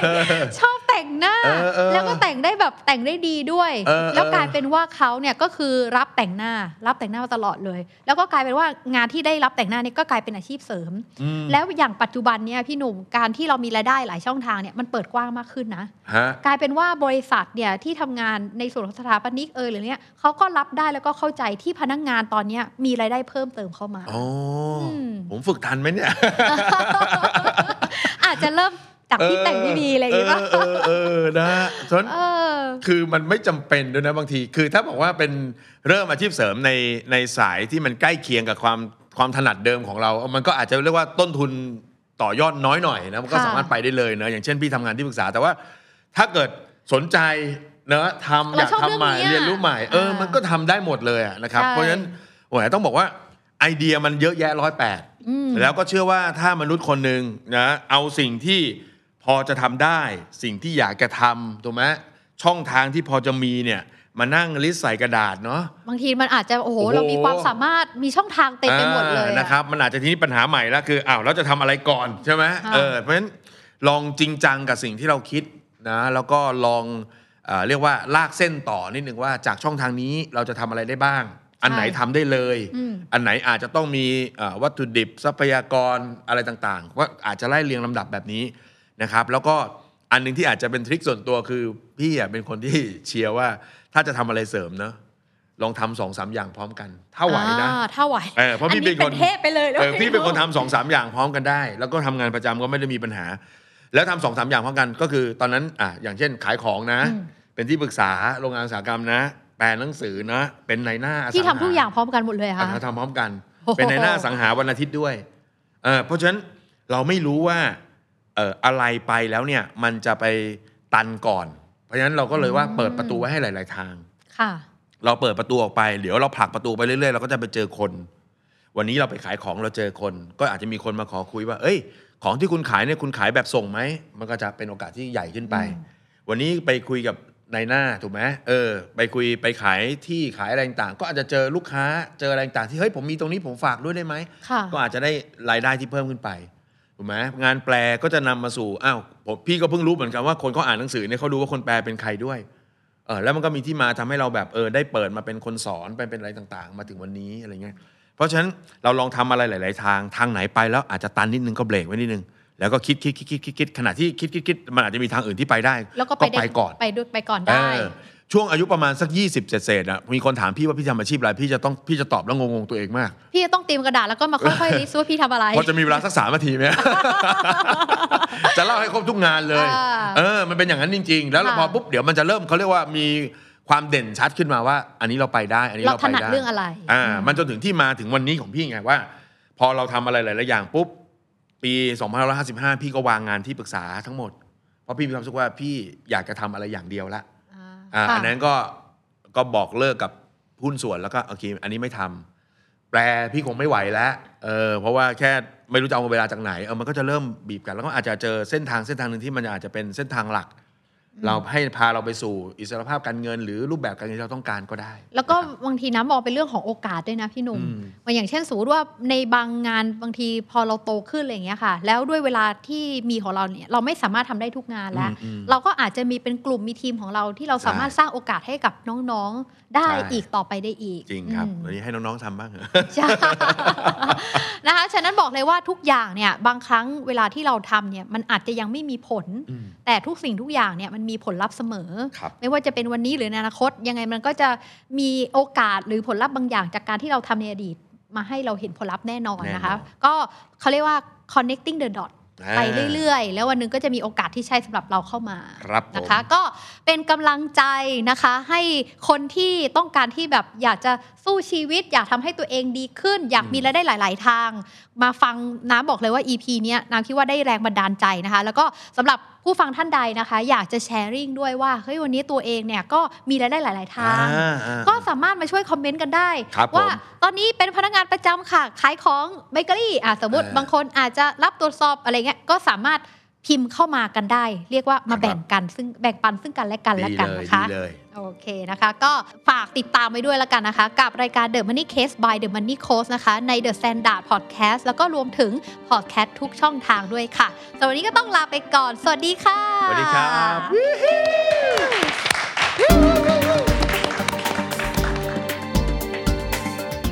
Speaker 2: ชอบแต่งหน้า
Speaker 3: เออเออ
Speaker 2: แล้วก็แต่งได้แบบแต่งได้ดีด้วย
Speaker 3: เออเออ
Speaker 2: แล้วกลายเป็นว่าเขาเนี่ยก็คือรับแต่งหน้า รับแต่งหน้ามาตลอดเลย แล้วก็กลายเป็นว่างานที่ได้รับแต่งหน้าเนี่ยก็กลายเป็นอาชีพเสริม
Speaker 3: อืม
Speaker 2: แล้วอย่างปัจจุบันเนี่ยพี่หนุ่มการที่เรามีรายได้หลายช่องทางเนี่ยมันเปิดกว้างมากขึ้นนะ
Speaker 3: [laughs] ฮะ
Speaker 2: กลายเป็นว่าบริษัทเนี่ยที่ทำงานในส่วนของสถาปนิกเออหรือเนี่ยเขาก็รับได้แล้วก็เข้าใจที่พนักงานตอนเนี้ยมีรายได้เพิ่มเติมเข้ามา
Speaker 3: โอ้
Speaker 2: ม
Speaker 3: ผมฝึกทันไหมเนี่ย
Speaker 2: อาจจะเริ่มจากที่แต่งที่ดีอะไรอย่างเงี้ย
Speaker 3: เออเออเออนะฉะนั้น
Speaker 2: เออ
Speaker 3: คือมันไม่จำเป็นด้วยนะบางที คือถ้าบอกว่าเป็นเริ่มอาชีพเสริมในในสายที่มันใกล้เคียงกับความความถนัดเดิมของเรา มันก็อาจจะเรียกว่าต้นทุนต่อยอดน้อยหน่อยนะมันก็
Speaker 2: ค่ะ
Speaker 3: สามารถไปได้เลยเนอะอย่างเช่นพี่ทำงานที่ปรึกษา แต่ว่าถ้าเกิดสนใจเนอะทำอ
Speaker 2: เรา
Speaker 3: ยาก
Speaker 2: ชอบ
Speaker 3: ทำใหม่
Speaker 2: เรื่องเนี้ย
Speaker 3: เรียนรู้ใหม่เออ
Speaker 2: อ่ามั
Speaker 3: มันก็ทำได้หมดเลยอะนะครับ
Speaker 2: ใช่
Speaker 3: เพราะฉะนั้นโอ้ยต้องบอกว่าไอเดียมันเยอะแยะร้อยแปด
Speaker 2: อืม
Speaker 3: แล้วก็เชื่อว่าถ้ามนุษย์คนหนึ่งนะเอาสิ่งที่พอจะทำได้ สิ่งที่อยากจะทำถูกไหมช่องทางที่พอจะมีเนี่ยมานั่งลิสต์ใส่กระดาษเนาะ
Speaker 2: บางทีมันอาจจะโอ้โห
Speaker 3: โอ้โห
Speaker 2: เรามีความสามารถมีช่องทางเต็มไปหมดเลย
Speaker 3: อ่า
Speaker 2: อ
Speaker 3: นะครับมันอาจจะทีนี้ปัญหาใหม่ละคืออ้าวเราจะทำอะไรก่อนใช่ไหม
Speaker 2: ค่ะ
Speaker 3: เออเพราะฉะนั้นลองจริงจังกับสิ่งที่เราคิดนะแล้วก็ลองเออเรียกว่าลากเส้นต่อนิดนึงว่าจากช่องทางนี้เราจะทำอะไรได้บ้าง อันไหนทำได้เลย
Speaker 2: อืม
Speaker 3: อันไหนอาจจะต้องมีเอ่อวัตถุดิบทรัพยากรอะไรต่างๆว่าอาจจะไล่เรียงลำดับแบบนี้นะครับ แล้วก็อันหนึงที่อาจจะเป็นทริคส่วนตัวคือพี่อ่ะเป็นคนที่ เชียร์ว่าถ้าจะทำอะไรเสริมเนอะลองทำสองสามอย่างพร้อมกันถ้า
Speaker 2: ่
Speaker 3: ไหวนะ
Speaker 2: อ่าถ้าไหว
Speaker 3: เออเพราะพี่เป็นคน
Speaker 2: เทพไปเลยะ
Speaker 3: เออพี่เป็นคนทำสองสามอย่างพร้อมกันได้ แล้วก็ทำงานประจำก็ไม่ได้มีปัญหา แล้วทำสองสามอย่างพร้อมกันก็คือตอนนั้นอ่ะอย่างเช่นขายของนะ เป็นที่ปรึกษาโรงงานอุตสาหกรรมนะ แปลหนังสือนะ เป็นในายหน้า
Speaker 2: ที่ทำ
Speaker 3: สัห
Speaker 2: ทุกอย่างพร้อมกันหมดเลยอะ
Speaker 3: อ่ะ
Speaker 2: ค่ะ
Speaker 3: ทำพร้อมกัน
Speaker 2: โอ้โห
Speaker 3: เป็นในายหน้าสังหาวันอาทิตย์ด้วยเออเพราะฉะนั้นเราไม่รู้ว่าเอ่ออะไรไปแล้วเนี่ยมันจะไปตันก่อน เพราะฉะนั้นเราก็เลยว่าเปิดประตูไว้ให้หลาย ๆ ทาง
Speaker 2: ค่ะ
Speaker 3: เราเปิดประตูออกไป เดี๋ยวเราผลักประตูไปเรื่อยๆ เราก็จะไปเจอคน วันนี้เราไปขายของเราเจอคน ก็อาจจะมีคนมาขอคุยว่า เอ้ย ของที่คุณขายเนี่ยคุณขายแบบส่งไหม มันก็จะเป็นโอกาสที่ใหญ่ขึ้นไป วันนี้ไปคุยกับ ในหน้าถูกไหมเออ ไปคุยไปขายที่ขายอะไรต่างๆก็อาจจะเจอลูกค้าเจออะไรต่างๆที่เฮ้ยผมมีตรงนี้ผมฝากด้วยได้ไหม
Speaker 2: ค่ะ
Speaker 3: ก็อาจจะได้รายได้ที่เพิ่มขึ้นไปถูกไหมงานแปลก็จะนำมาสู่อ้าวผมพี่ก็เพิ่งรู้เหมือนกันว่าคนเขาอ่านหนังสือเนี่ยเขาดูว่าคนแปลเป็นใครด้วยเออแล้วมันก็มีที่มาทำให้เราแบบเออได้เปิดมาเป็นคนสอนไปเป็นอะไรต่างๆ มาถึงวันนี้อะไรเงี้ยเพราะฉะนั้นเราลองทำอะไรหลาย ๆ ทางทางไหนไปแล้วอาจจะตันนิดนึงก็เบรกไว้นิดนึงแล้วก็คิดคิดคิดคิดคิดคิดขณะที่คิดคิดคิดมันอาจจะมีทางอื่นที่ไปได้
Speaker 2: แล้วก็ไปได้
Speaker 3: ไปก่อน
Speaker 2: ไปด้วยไปก่อนได้
Speaker 3: เออช่วงอายุประมาณสัก 20 เศษๆนะมีคนถามพี่ว่าพี่ทำอาชีพอะไร พี่จะต้องพี่จะตอบแล้วงงๆตัวเองมาก
Speaker 2: พี่จะต้องเตรียมกระดาษแล้วก็มาค่อยๆลิสต์ว่าพี่ทำอะไร
Speaker 3: พอจะมีเวลาสักสามนา
Speaker 2: [laughs]
Speaker 3: ทีไหม จะเล่าให้ครบทุกงานเลย
Speaker 2: อ่า
Speaker 3: เออ มันเป็นอย่างนั้นจริง ๆ แล้วเรา
Speaker 2: ค่ะ
Speaker 3: พอปุ๊บเดี๋ยวมันจะเริ่มเขาเรียกว่ามีความเด่นชัดขึ้นมาว่า อันนี้เราไปได้ อันนี้
Speaker 2: เรา
Speaker 3: เรา
Speaker 2: ถ
Speaker 3: ไป
Speaker 2: นัด
Speaker 3: ได้
Speaker 2: เรื่องอะไร
Speaker 3: อ่า มันจนถึงที่มาถึงวันนี้ของพี่ไงว่า พอเราทำอะไรหลายๆอย่างปุ๊บ ปี2555 พี่ก็วางงานที่ปรึกษาทั้งหมด เพราะพี่มีความรู้สึกว่าพี่อยากจะทำอะไรอย่างเดียวละ อ่าอันนั้นก็ก็บอกเลิกกับหุ้นส่วนแล้วก็โอเคอันนี้ไม่ทำแปลพี่คงไม่ไหวแล้วเออเพราะว่าแค่ไม่รู้จะเอาเวลาจากไหนเออมันก็จะเริ่มบีบกัน แล้วก็อาจจะเจอเส้นทางเส้นทางหนึ่งที่มันอาจจะเป็นเส้นทางหลัก เราให้พาเราไปสู่อิสรภาพการเงิน หรือรูปแบบการเงินที่เราต้องการก็ได้
Speaker 2: แล้วก็
Speaker 3: นะครับ
Speaker 2: บางทีนะมองเป็นเรื่องของโอกาสด้วยนะพี่หนุ่ม
Speaker 3: อืม
Speaker 2: มันอย่างเช่นสมมติว่าในบางงานบางทีพอเราโตขึ้นอะไรอย่างเงี้ยค่ะ แล้วด้วยเวลาที่มีของเราเนี่ยเราไม่สามารถทำได้ทุกงานแล้ว
Speaker 3: อืมอืม
Speaker 2: เราก็อาจจะมีเป็นกลุ่มมีทีมของเราที่เราสามารถสร้างโอกาสให้กับน้องๆได้
Speaker 3: ใช่
Speaker 2: อีกต่อไปได้อีก
Speaker 3: จริงครับ
Speaker 2: อืม
Speaker 3: วันนี้ให้น้องๆทำบ้างเหรอ
Speaker 2: ใช่ นะคะ ฉะนั้นบอกเลยว่าทุกอย่างเนี่ยบางครั้งเวลาที่เราทำเนี่ยมันอาจจะยังไม่มีผล
Speaker 3: อืม
Speaker 2: แต่ทุกสิ่งทุกอย่างเนี่ยมันมีผลลัพธ์เสมอ
Speaker 3: ครับ
Speaker 2: ไม่ว่าจะเป็นวันนี้หรือในอนาคต ยังไงมันก็จะมีโอกาสหรือผลลัพธ์บางอย่างจากการที่เราทำในอดีต มาให้เราเห็นผลลัพธ์แน่นอนนะคะ
Speaker 3: แน่นอน
Speaker 2: ก็เขาเรียกว่า connecting the dot
Speaker 3: อ่า
Speaker 2: ไปเรื่อยๆ แล้ววันหนึงก็จะมีโอกาสที่ใช่สำหรับเราเข้ามา
Speaker 3: ครับผม
Speaker 2: นะคะ ก็เป็นกำลังใจนะคะ ให้คนที่ต้องการที่แบบอยากจะสู้ชีวิต อยากทำให้ตัวเองดีขึ้น อยากมีรายได้หลาย ๆ ทาง มาฟังน้ำบอกเลยว่า EP เนี้ยน้ำคิดว่าได้แรงบันดาลใจนะคะ แล้วก็สำหรับผู้ฟังท่านใดนะคะ อยากจะแชร์ริ่งด้วยว่าเฮ้ยวันนี้ตัวเองเนี่ยก็มีรายได้หลาย ๆ ทาง
Speaker 3: อ่อ่
Speaker 2: ก็สามารถมาช่วยคอมเมนต์กันได้
Speaker 3: ครับ
Speaker 2: ว่า
Speaker 3: ผม
Speaker 2: ตอนนี้เป็นพนักงานประจำค่ะ ขายของเบเกอรี่อ่ะสมมติ
Speaker 3: อ่า
Speaker 2: บางคนอาจจะรับตรวจสอบอะไรเงี้ยก็สามารถพิมพ์เข้ามากันได้ เรียกว่ามา
Speaker 3: ครับ
Speaker 2: แบ่งกันซึ่งแบ่งปันซึ่งกันและกันและ
Speaker 3: ดี
Speaker 2: กัน
Speaker 3: เลย
Speaker 2: นะคะ
Speaker 3: ดีเลย
Speaker 2: โอเคนะคะ ก็ฝากติดตามไปด้วยแล้วกันนะคะ กับรายการ The Money Case by The Money Coach นะคะ ใน The Standard Podcast แล้วก็รวมถึง Podcast ทุกช่องทางด้วยค่ะสำหรับวันนี้ก็ต้องลาไปก่อน สวัสดีค่ะ
Speaker 3: สวัสดีครับ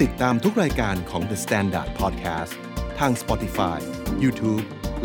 Speaker 1: ติดตามทุกรายการของ The Standard Podcast ทาง Spotify, YouTube แ